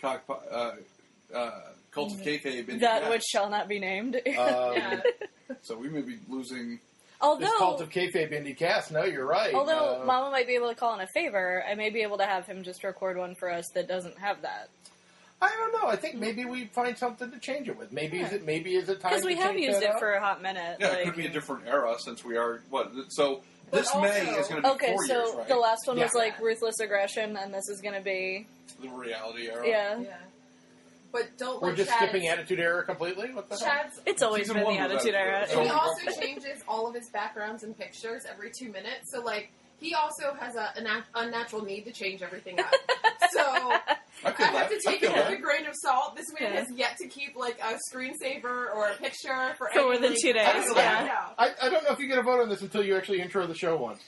Speaker 5: cock, uh, uh, cult of kayfabe in
Speaker 6: Mm-hmm. that
Speaker 5: the
Speaker 6: which
Speaker 5: act.
Speaker 6: shall not be [LAUGHS] named.
Speaker 4: Um,
Speaker 7: Yeah.
Speaker 5: so we may be losing.
Speaker 6: although
Speaker 4: This cult of kayfabe indie cast. No, you're right.
Speaker 6: although
Speaker 5: um,
Speaker 4: Uh,
Speaker 6: Mama might be able to call in a favor, I may be able to have him just record one for us that doesn't have that.
Speaker 4: I don't know. I think maybe we find something to change it with. Maybe is it maybe is it time
Speaker 6: Because we
Speaker 4: to
Speaker 6: have
Speaker 4: change
Speaker 6: used
Speaker 4: that
Speaker 6: it
Speaker 4: up?
Speaker 6: for a hot minute.
Speaker 5: Yeah,
Speaker 6: like-
Speaker 5: it could be a different era since we are what. So
Speaker 7: But
Speaker 5: this May
Speaker 7: also-
Speaker 5: is going to be
Speaker 6: Okay,
Speaker 5: four
Speaker 6: so
Speaker 5: years, right?
Speaker 6: the last one was
Speaker 4: Yeah.
Speaker 6: like ruthless aggression, and this is going to be
Speaker 5: The reality era.
Speaker 6: yeah.
Speaker 7: Yeah. But don't
Speaker 4: We're
Speaker 7: let
Speaker 4: just
Speaker 7: Chad's-
Speaker 4: skipping attitude error completely. What the hell?
Speaker 7: Chad's
Speaker 6: It's always
Speaker 5: Season
Speaker 6: been the
Speaker 5: one was
Speaker 6: attitude
Speaker 5: that-
Speaker 6: era.
Speaker 5: So-
Speaker 7: And he
Speaker 5: Yeah.
Speaker 7: also changes all of his backgrounds and pictures every two minutes. So like he also has a, an a- unnatural need to change everything up.
Speaker 6: [LAUGHS]
Speaker 7: so
Speaker 5: I
Speaker 7: I
Speaker 5: feel that.
Speaker 7: have to
Speaker 5: I
Speaker 7: take
Speaker 5: feel
Speaker 7: it with a
Speaker 5: that.
Speaker 7: grain of salt. This man
Speaker 6: Yeah.
Speaker 7: has yet to keep like a screensaver or a picture for
Speaker 6: For within
Speaker 7: anything.
Speaker 6: two days,
Speaker 7: I don't
Speaker 6: yeah.
Speaker 7: know.
Speaker 4: I, I don't know if you get a vote on this until you actually intro the show once.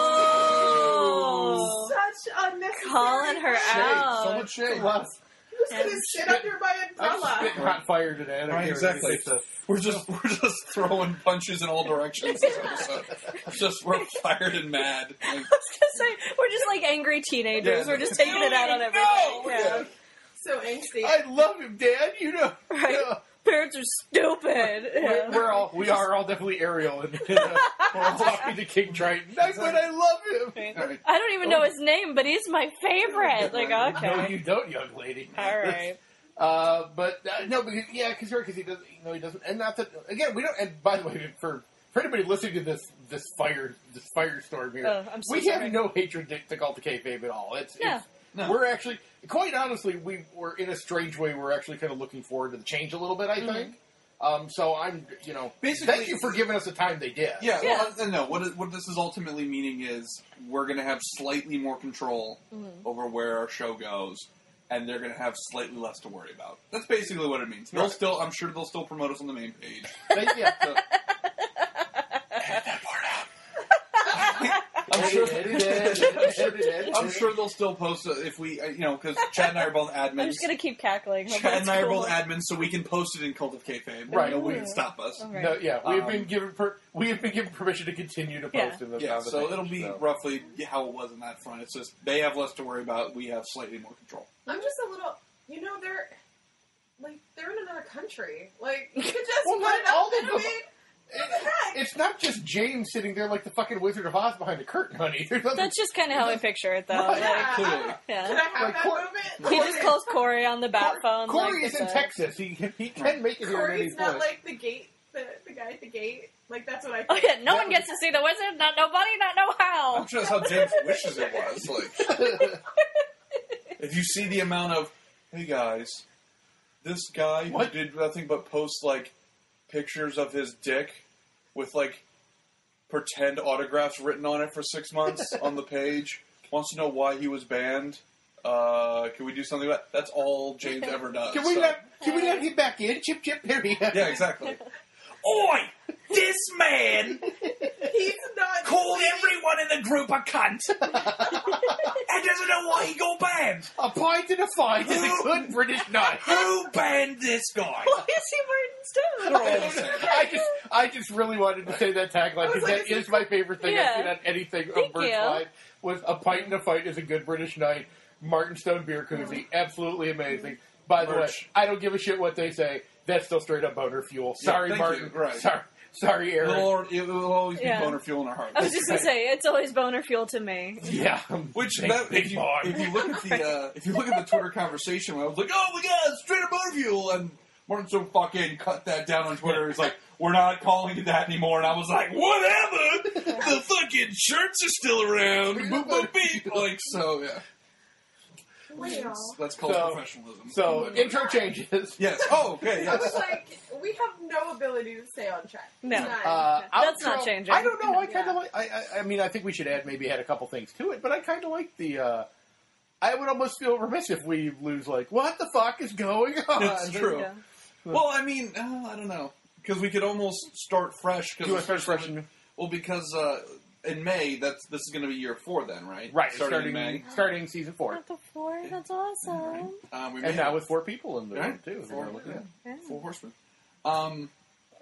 Speaker 6: Oh, [LAUGHS]
Speaker 7: Such unnecessary.
Speaker 6: calling her
Speaker 4: Shade,
Speaker 6: out.
Speaker 4: so much shade.
Speaker 7: Who's gonna sit under my
Speaker 4: I'm
Speaker 7: umbrella?
Speaker 4: spitting hot fire today. I don't
Speaker 5: Right,
Speaker 4: care.
Speaker 5: exactly.
Speaker 4: It's a-
Speaker 5: We're just we're just throwing punches in all directions. This episode. It's just we're fired and mad. Like,
Speaker 6: I was gonna say we're just like angry teenagers.
Speaker 5: Yeah.
Speaker 6: We're just taking it out on everything. Yeah.
Speaker 7: So angsty.
Speaker 4: I love him, Dad. You know,
Speaker 6: Right.
Speaker 4: you know.
Speaker 6: Parents are stupid.
Speaker 4: We're,
Speaker 6: Yeah.
Speaker 4: we're all we are all definitely Ariel and uh, we're
Speaker 6: [LAUGHS]
Speaker 4: all talking to King Triton. That's what I love him.
Speaker 5: all right. Oh.
Speaker 6: I don't even know his name, but he's my favorite. Like,
Speaker 4: No,
Speaker 6: okay,
Speaker 4: you don't, young lady.
Speaker 6: all right.
Speaker 4: [LAUGHS] Uh, but uh, no, because yeah, because you're because he doesn't. You know, he doesn't. And not that again. We don't. And by the way, for for anybody listening to this this fire this firestorm here,
Speaker 6: Oh, I'm so
Speaker 4: we
Speaker 6: sorry.
Speaker 4: have no hatred to, to call the kayfabe at all. It's,
Speaker 6: Yeah.
Speaker 4: it's
Speaker 5: No.
Speaker 4: we're actually quite honestly we we're in a strange way. We're actually kind of looking forward to the change a little bit.
Speaker 6: Mm-hmm.
Speaker 4: I think. Um, so I'm, you know,
Speaker 5: Basically-
Speaker 4: thank you for giving us the time they did.
Speaker 5: Yeah,
Speaker 6: Yeah.
Speaker 5: well, uh, no. What it- what this is ultimately meaning is we're going to have slightly more control over where our show goes, and they're going to have slightly less to worry about. That's basically what it means. They'll
Speaker 4: Right.
Speaker 5: still, I'm sure, they'll still promote us on the main page.
Speaker 4: They- yeah. [LAUGHS]
Speaker 5: So, edit that part out. [LAUGHS] I'm
Speaker 4: Edit, edit,
Speaker 5: sure.
Speaker 4: edit, edit, edit.
Speaker 5: [LAUGHS] I'm sure they'll still post it if we, uh, you know, because Chad and I are both admins.
Speaker 6: I'm just gonna keep cackling. Like,
Speaker 5: Chad and I are
Speaker 6: cool.
Speaker 5: both admins, so we can post it in Cult of Kayfabe.
Speaker 4: Right.
Speaker 5: Right. No one can stop us.
Speaker 6: All right.
Speaker 4: No, yeah, we have been
Speaker 5: Um,
Speaker 4: given per- we have been given permission to continue to
Speaker 6: Yeah.
Speaker 4: post in the
Speaker 5: Yeah,
Speaker 4: on the
Speaker 5: so
Speaker 4: page,
Speaker 5: it'll be
Speaker 4: so.
Speaker 5: roughly how it was in that front. It's just they have less to worry about. We have slightly more control.
Speaker 7: I'm just a little, you know, they're like they're in another country. Like you could just
Speaker 4: Well,
Speaker 7: put
Speaker 4: not
Speaker 7: it up.
Speaker 4: all
Speaker 7: I
Speaker 4: of them.
Speaker 7: mean,
Speaker 4: It's not just James sitting there like the fucking Wizard of Oz behind a curtain, honey. [LAUGHS] There's other-
Speaker 6: That's just kind of how I picture it,
Speaker 5: [LAUGHS]
Speaker 6: though.
Speaker 4: Right.
Speaker 6: Like,
Speaker 7: yeah.
Speaker 5: Clearly.
Speaker 7: Could
Speaker 6: yeah.
Speaker 7: I have
Speaker 4: Like,
Speaker 7: that
Speaker 4: Cor-
Speaker 7: moment?
Speaker 6: He just calls Corey on the bat phone.
Speaker 4: Corey
Speaker 6: like,
Speaker 4: is in
Speaker 6: it's a-
Speaker 4: Texas. He he
Speaker 5: Right.
Speaker 4: can make it here at any
Speaker 7: Corey's not
Speaker 4: point.
Speaker 7: like the gate, the, the guy at the gate. Like that's what I.
Speaker 6: [LAUGHS] Oh
Speaker 7: Think.
Speaker 6: yeah, no one gets to see the wizard. Not nobody. Not know how.
Speaker 5: I'm sure that's how James wishes it was. Like,
Speaker 4: [LAUGHS]
Speaker 6: [LAUGHS]
Speaker 5: if you see the amount of, hey guys, this guy
Speaker 4: What?
Speaker 5: who did nothing but post like pictures of his dick with like pretend autographs written on it for six months on the page wants to know why he was banned. Uh, can we do something about? That's all James ever does.
Speaker 4: can we
Speaker 5: so-
Speaker 4: let can we let him back in? Chip chip here he is.
Speaker 5: Yeah, exactly. Oi! This man
Speaker 7: He's not.
Speaker 5: called everyone in the group a cunt. and doesn't know why he got banned.
Speaker 4: A pint and a fight is
Speaker 5: [LAUGHS]
Speaker 4: a good British night.
Speaker 5: Who banned this guy?
Speaker 6: Why is he
Speaker 5: They're all
Speaker 6: wearing
Speaker 5: the
Speaker 6: stones?
Speaker 5: same.
Speaker 4: I just I just really wanted to say that tagline because that is my favorite thing
Speaker 6: Yeah.
Speaker 4: I've seen on anything
Speaker 6: Thank
Speaker 4: of Bird's
Speaker 6: you.
Speaker 4: Life was a pint and a fight is a good British night. Martin Stone beer koozie,
Speaker 6: Mm-hmm.
Speaker 4: absolutely amazing. By the way,
Speaker 5: Merch.
Speaker 4: I don't give a shit what they say. That's still straight up boner fuel.
Speaker 5: Yeah,
Speaker 4: Sorry,
Speaker 5: thank
Speaker 4: Martin.
Speaker 5: you. Right.
Speaker 4: Sorry, sorry, Aaron.
Speaker 5: It'll, it'll always be
Speaker 6: Yeah.
Speaker 5: boner fuel in our hearts.
Speaker 6: I was just gonna say it's always boner fuel to me.
Speaker 5: [LAUGHS]
Speaker 4: Yeah.
Speaker 5: Which
Speaker 4: Big-
Speaker 5: that,
Speaker 4: big
Speaker 5: if, you,
Speaker 4: bar.
Speaker 5: if you look at the uh, if you look at the Twitter conversation, when I was like, "Oh my God, straight up boner fuel," and Martin's so fucking cut that down on Twitter. He's like, we're not calling it that anymore. And I was like, whatever. The fucking shirts are still around. Boop, boop, beep. Like, so, yeah.
Speaker 7: Leo.
Speaker 5: Let's call
Speaker 4: So-
Speaker 5: it professionalism.
Speaker 4: So intro changes.
Speaker 5: Yes. Oh, okay,
Speaker 7: I was
Speaker 5: yes.
Speaker 7: like, we have no ability to stay on track.
Speaker 6: No.
Speaker 7: None.
Speaker 4: Uh,
Speaker 6: That's
Speaker 4: outro-
Speaker 6: not changing.
Speaker 4: I don't know. I kind
Speaker 7: Yeah.
Speaker 4: of like. I, I, I mean, I think we should add maybe add a couple things to it, but I kind of like the. Uh, I would almost feel remiss if we lose. Like, what the fuck is going on?
Speaker 5: It's true.
Speaker 6: Yeah.
Speaker 5: Well, I mean, uh, I don't know. Because we could almost start fresh.
Speaker 4: Do
Speaker 5: Cause
Speaker 4: you want to start fresh? and-
Speaker 5: Well, because uh, in May, that's this is going to be year four then, right?
Speaker 4: Right,
Speaker 5: Starting,
Speaker 4: starting
Speaker 5: in May.
Speaker 4: starting season four,
Speaker 6: Not the four. That's awesome.
Speaker 5: Um, we
Speaker 4: and
Speaker 5: made
Speaker 4: now
Speaker 5: it.
Speaker 4: with four people in the room
Speaker 5: Right.
Speaker 4: too. if you
Speaker 5: Four.
Speaker 4: wanna look at that.
Speaker 6: Yeah.
Speaker 5: Four Horsemen. Um,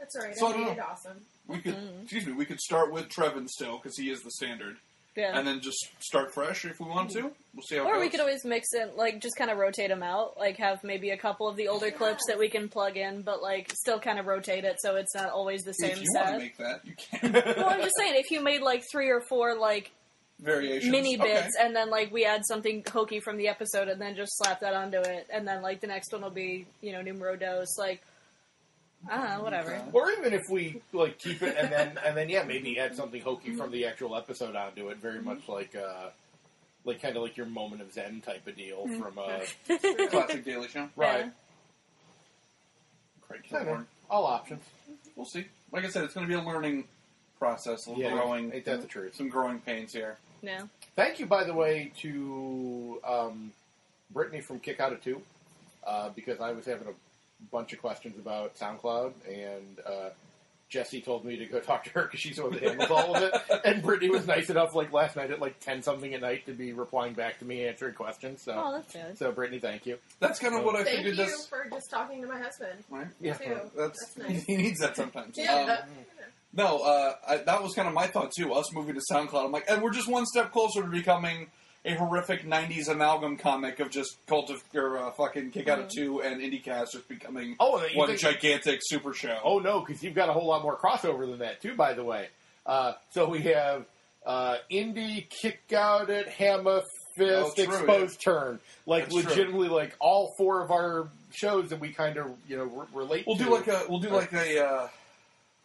Speaker 7: That's all right.
Speaker 5: So I
Speaker 7: I
Speaker 5: don't
Speaker 7: made
Speaker 5: know.
Speaker 7: it awesome.
Speaker 5: we could,
Speaker 6: Mm-hmm.
Speaker 5: excuse me, we could start with Trevin still because he is the standard,
Speaker 6: Yeah.
Speaker 5: and then just start fresh if we want to. We'll see how. it
Speaker 6: Or
Speaker 5: goes.
Speaker 6: we could always mix in, like, just kind of rotate them out. Like, have maybe a couple of the older clips that we can plug in, but, like, still kind of rotate it so it's not always the
Speaker 5: if
Speaker 6: same
Speaker 5: you want to
Speaker 6: set.
Speaker 5: make that, you can.
Speaker 6: well, I'm just saying, if you made, like, three or four, like,
Speaker 5: [LAUGHS] Variations.
Speaker 6: mini
Speaker 5: Okay.
Speaker 6: bits, and then, like, we add something hokey from the episode, and then just slap that onto it, and then, like, the next one will be, you know, numero dos, like, ah, whatever.
Speaker 5: Okay.
Speaker 4: Or even if we like keep it and then and then yeah, maybe add something hokey from the actual episode onto it,
Speaker 6: Mm-hmm.
Speaker 4: very much like uh like kind of like your moment of zen type of deal
Speaker 6: Mm-hmm.
Speaker 4: from uh
Speaker 5: [LAUGHS] Classic Daily Show.
Speaker 4: right.
Speaker 5: Craig
Speaker 4: I don't know.
Speaker 5: Kilborn.
Speaker 4: All options.
Speaker 5: We'll see. Like I said, it's going to be a learning process, a little
Speaker 4: Yeah,
Speaker 5: growing,
Speaker 4: ain't that the truth?
Speaker 5: some growing pains here.
Speaker 6: No.
Speaker 4: Thank you, by the way, to um, Brittany from Kick Out of Two, uh, because I was having a bunch of questions about SoundCloud, and uh, Jesse told me to go [LAUGHS] talk to her because she's the one that handles all
Speaker 6: [LAUGHS]
Speaker 4: of it. And Brittany was nice enough, like last night at like ten something at night, to be replying back to me, answering questions. So,
Speaker 6: Oh, that's good.
Speaker 4: so Brittany, thank you.
Speaker 5: That's kind of what I
Speaker 7: Thank you
Speaker 5: figured this.
Speaker 7: for just talking to my husband.
Speaker 5: Right?
Speaker 4: Yeah.
Speaker 7: Too.
Speaker 5: That's,
Speaker 7: That's nice.
Speaker 5: [LAUGHS] he needs that sometimes.
Speaker 7: Yeah,
Speaker 5: Um,
Speaker 7: that-
Speaker 5: No, uh, I, that was kind of my thought too. Us moving to SoundCloud, I'm like, and we're just one step closer to becoming a horrific '90s amalgam comic of just Cult of or uh, fucking Kick Out of
Speaker 7: Mm-hmm.
Speaker 5: Two and IndieCast just becoming
Speaker 4: Oh, you
Speaker 5: one
Speaker 4: think-
Speaker 5: gigantic super show.
Speaker 4: Oh no, because you've got a whole lot more crossover than that too. By the way, uh, so we have uh, indie kick out at hammer
Speaker 5: Oh,
Speaker 4: fist
Speaker 5: true,
Speaker 4: exposed turn, like
Speaker 5: That's true.
Speaker 4: legitimately, like all four of our shows that we kind of you know re- relate.
Speaker 5: we'll
Speaker 4: to.
Speaker 5: do like a we'll do like a uh,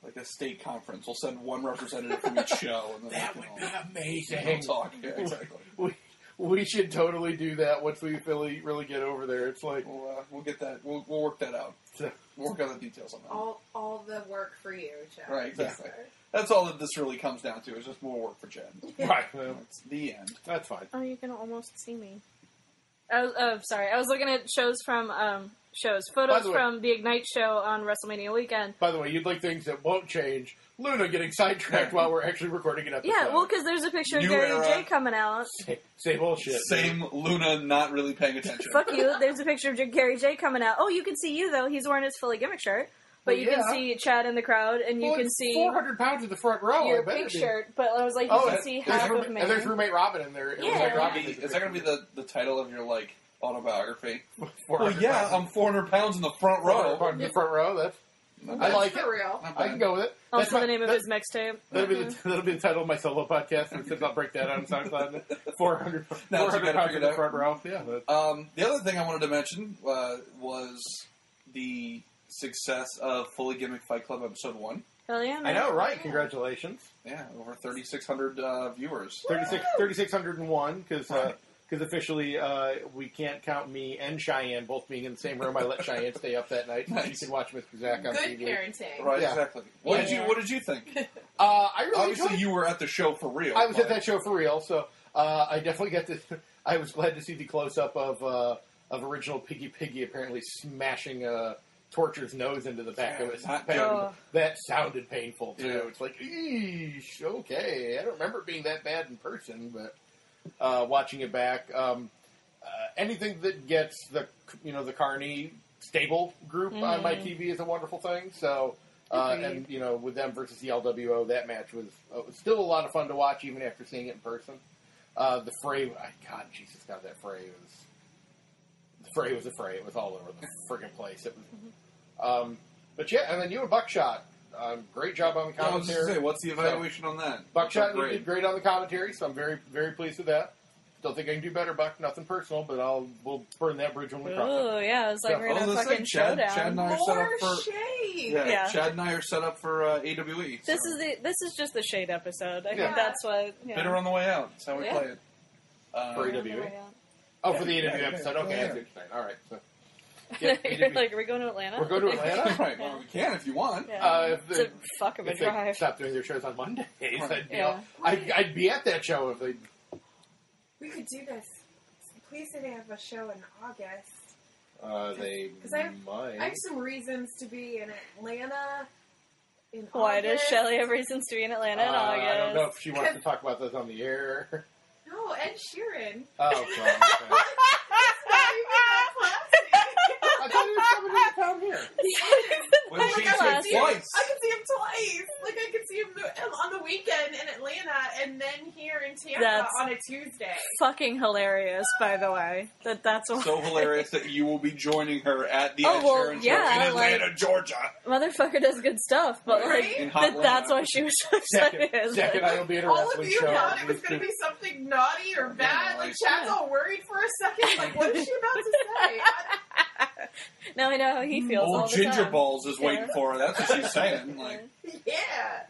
Speaker 5: like a state conference. We'll send one representative
Speaker 4: [LAUGHS]
Speaker 5: from each show, and then
Speaker 4: that
Speaker 5: we
Speaker 4: would be
Speaker 5: can all, we'll
Speaker 4: amazing.
Speaker 5: talk. Yeah, exactly.
Speaker 4: [LAUGHS] We, we should totally do that once we really really get over there. It's like
Speaker 5: We'll, uh, we'll get that. We'll, we'll work that out. We'll work out the details on that.
Speaker 7: all, all the work for you, Chad.
Speaker 5: Right, exactly. That's all that this really comes down to. Is just more work for Chad.
Speaker 4: right, well,
Speaker 5: That's the end.
Speaker 4: that's fine.
Speaker 6: Oh, you can almost see me. I was, oh, sorry. I was looking at shows from um, shows,
Speaker 4: By
Speaker 6: photos
Speaker 4: the way-
Speaker 6: from the Ignite show on WrestleMania weekend.
Speaker 4: By the way, you'd like things that won't change. Luna getting sidetracked while we're actually recording an episode.
Speaker 6: Yeah, well, because there's a picture of
Speaker 5: New
Speaker 6: Gary
Speaker 5: era.
Speaker 6: J coming out.
Speaker 4: same old shit.
Speaker 5: Same Luna not really paying attention.
Speaker 6: Fuck
Speaker 4: [LAUGHS]
Speaker 6: you. There's a picture of J- Gary J coming out. Oh, you can see you though. He's wearing his fully gimmick shirt, but
Speaker 4: Well,
Speaker 6: you
Speaker 4: Oh, yeah.
Speaker 6: can see Chad in the crowd, and you
Speaker 4: Well,
Speaker 6: can
Speaker 4: it's
Speaker 6: see
Speaker 4: 400 pounds in the front row.
Speaker 6: your
Speaker 4: I bet Oh, it is.
Speaker 6: picture. But I was like, you
Speaker 4: Oh,
Speaker 6: can
Speaker 4: and
Speaker 6: see
Speaker 4: there's
Speaker 6: half
Speaker 4: roommate,
Speaker 6: of me.
Speaker 4: and there's roommate Robin in there. It was
Speaker 6: Yeah.
Speaker 4: like
Speaker 5: Is that
Speaker 4: Robin
Speaker 5: gonna be,
Speaker 4: in the
Speaker 5: is
Speaker 4: [LAUGHS]
Speaker 5: that going to be the, the title of your like autobiography?
Speaker 4: picture.
Speaker 5: Well,
Speaker 4: 400
Speaker 5: yeah,
Speaker 4: pounds. Oh,
Speaker 5: I'm 400 pounds in the front
Speaker 4: Row,
Speaker 5: row.
Speaker 4: in the front row. That's, I
Speaker 7: That's
Speaker 4: like it.
Speaker 7: for real.
Speaker 4: I
Speaker 5: Not bad.
Speaker 4: can go with it. That's
Speaker 6: also,
Speaker 4: my-
Speaker 6: the name of
Speaker 4: that- [LAUGHS]
Speaker 6: his Mm-hmm. mixtape.
Speaker 4: That'll be, the, that'll be the title of my solo podcast. And since I'll break that out on [LAUGHS] SoundCloud, 400,
Speaker 5: Now that
Speaker 4: 400
Speaker 5: you gotta
Speaker 4: pounds
Speaker 5: figure
Speaker 4: in the
Speaker 5: that-
Speaker 4: front row. Yeah, that-
Speaker 5: Um, the other thing I wanted to mention uh, was the success of Fully Gimmick Fight Club episode one.
Speaker 6: Mm-hmm. Hell yeah!
Speaker 4: I
Speaker 6: man.
Speaker 4: know, right? Congratulations,
Speaker 5: Yeah, over 3,600 uh, viewers.
Speaker 4: 36 3601 because because uh, officially uh, we can't count me and Cheyenne both being in the same room. I let Cheyenne stay up that night. so She
Speaker 5: Nice.
Speaker 4: can watch Mr. Zach on
Speaker 7: Good
Speaker 4: TV.
Speaker 7: parenting.
Speaker 5: Right,
Speaker 4: Yeah.
Speaker 5: exactly. What did
Speaker 6: Yeah.
Speaker 5: you What did you think?
Speaker 4: Uh, I really
Speaker 5: Obviously,
Speaker 4: enjoyed
Speaker 5: you were at the show for real.
Speaker 4: I was at
Speaker 5: but-
Speaker 4: that show for real, so uh, I definitely got this. [LAUGHS] I was glad to see the close up of uh, of original Piggy Piggy apparently smashing uh, Torture's nose into the back of his
Speaker 5: Yeah,
Speaker 4: back of-
Speaker 6: oh.
Speaker 4: [LAUGHS] That sounded painful too.
Speaker 5: Yeah.
Speaker 4: It's like, eesh, okay. I don't remember it being that bad in person, but uh, watching it back, um, uh, anything that gets the you know the Carney stable group on my TV is a wonderful thing. So, uh,
Speaker 6: Agreed.
Speaker 4: and you know with them versus the LWO, that match was uh, was still a lot of fun to watch even after seeing it in person. Uh, the fray, I- God, Jesus, God, that fray was the fray was a fray. It was all over the friggin' place. It was, um, but yeah, and then you and Buckshot, um, great job on the
Speaker 5: I was just
Speaker 4: commentary.
Speaker 5: gonna say, what's the evaluation on that?
Speaker 4: Buckshot, you
Speaker 5: Great.
Speaker 4: did great on the commentary, so I'm very very pleased with that. Don't think I can do better, Buck. Nothing personal, but I'll we'll burn that bridge when we cross it.
Speaker 6: Oh yeah, it's like
Speaker 4: Yeah.
Speaker 6: we're
Speaker 5: Oh,
Speaker 6: gonna
Speaker 5: that's
Speaker 6: fucking
Speaker 5: like Chad-
Speaker 6: showdown.
Speaker 5: Chad and I are set up
Speaker 7: More
Speaker 5: for-
Speaker 7: shade.
Speaker 5: Yeah,
Speaker 6: Yeah.
Speaker 5: Chad and I are set up for uh, AWE.
Speaker 6: This
Speaker 5: so.
Speaker 6: is the this is just the shade episode. I
Speaker 4: Yeah.
Speaker 6: think that's what. Yeah.
Speaker 5: bitter on the way out. That's how we
Speaker 6: Yeah.
Speaker 5: play it. Uh,
Speaker 4: For AWE? Oh, for the interview
Speaker 5: Yeah, yeah,
Speaker 4: episode.
Speaker 5: yeah.
Speaker 4: Okay,
Speaker 5: Yeah.
Speaker 4: that's it tonight. All right. So, uh, yeah,
Speaker 6: [LAUGHS] You're
Speaker 4: AWE.
Speaker 6: like, are we going to Atlanta?
Speaker 4: we're going to Atlanta.
Speaker 5: right. Well, we can if you want.
Speaker 6: [LAUGHS] Yeah.
Speaker 4: Uh, if
Speaker 6: it's a
Speaker 4: the-
Speaker 6: fuck of a
Speaker 4: if they
Speaker 6: drive.
Speaker 4: stopped doing their shows on Mondays, I'd be
Speaker 6: [LAUGHS] Yeah.
Speaker 4: all, I'd, I'd be at that show if they.
Speaker 7: We could do this. Please say they have a show in August.
Speaker 8: Uh, they
Speaker 7: 'Cause I have-
Speaker 8: might.
Speaker 7: I have some reasons to be in Atlanta in
Speaker 6: Why does
Speaker 7: August.
Speaker 6: Shelly have reasons to be in Atlanta
Speaker 4: Uh,
Speaker 6: in August?
Speaker 4: I don't know if she wants to talk about this on the
Speaker 6: [LAUGHS]
Speaker 4: air.
Speaker 7: No, Ed Sheeran.
Speaker 4: Oh, God. okay. I thought he
Speaker 6: [LAUGHS]
Speaker 4: was coming into town here.
Speaker 5: Well,
Speaker 6: Oh
Speaker 5: she
Speaker 6: my God.
Speaker 5: said twice.
Speaker 7: I can see him twice. Like I could see him the- him on the weekend in Atlanta, and then here in Tampa
Speaker 6: That's-
Speaker 7: on a Tuesday.
Speaker 6: [LAUGHS] Fucking hilarious, by the way. That that's why.
Speaker 5: So hilarious that you will be joining her at the
Speaker 6: Oh,
Speaker 5: Ed
Speaker 6: well,
Speaker 5: Sheeran
Speaker 6: yeah,
Speaker 5: show in
Speaker 6: like-
Speaker 5: Atlanta, Georgia.
Speaker 6: [LAUGHS] motherfucker does good stuff,
Speaker 4: [LAUGHS]
Speaker 6: but
Speaker 7: Right?
Speaker 6: like
Speaker 5: In hot
Speaker 6: that,
Speaker 5: Atlanta.
Speaker 6: that's why she was so excited. [LAUGHS]
Speaker 4: Second, second I will be at a
Speaker 7: All of
Speaker 4: wrestling
Speaker 7: you
Speaker 4: show.
Speaker 7: thought it was going to be something naughty or bad. Like Chad's all worried for a second. Like, what is she about to say? I-
Speaker 6: [LAUGHS] now I know how he feels. all
Speaker 5: Old
Speaker 6: the
Speaker 5: Ginger
Speaker 6: time.
Speaker 5: Balls is waiting
Speaker 6: Yeah.
Speaker 5: for her. That's what she's saying.
Speaker 6: [LAUGHS]
Speaker 5: Like,
Speaker 7: [LAUGHS] yeah.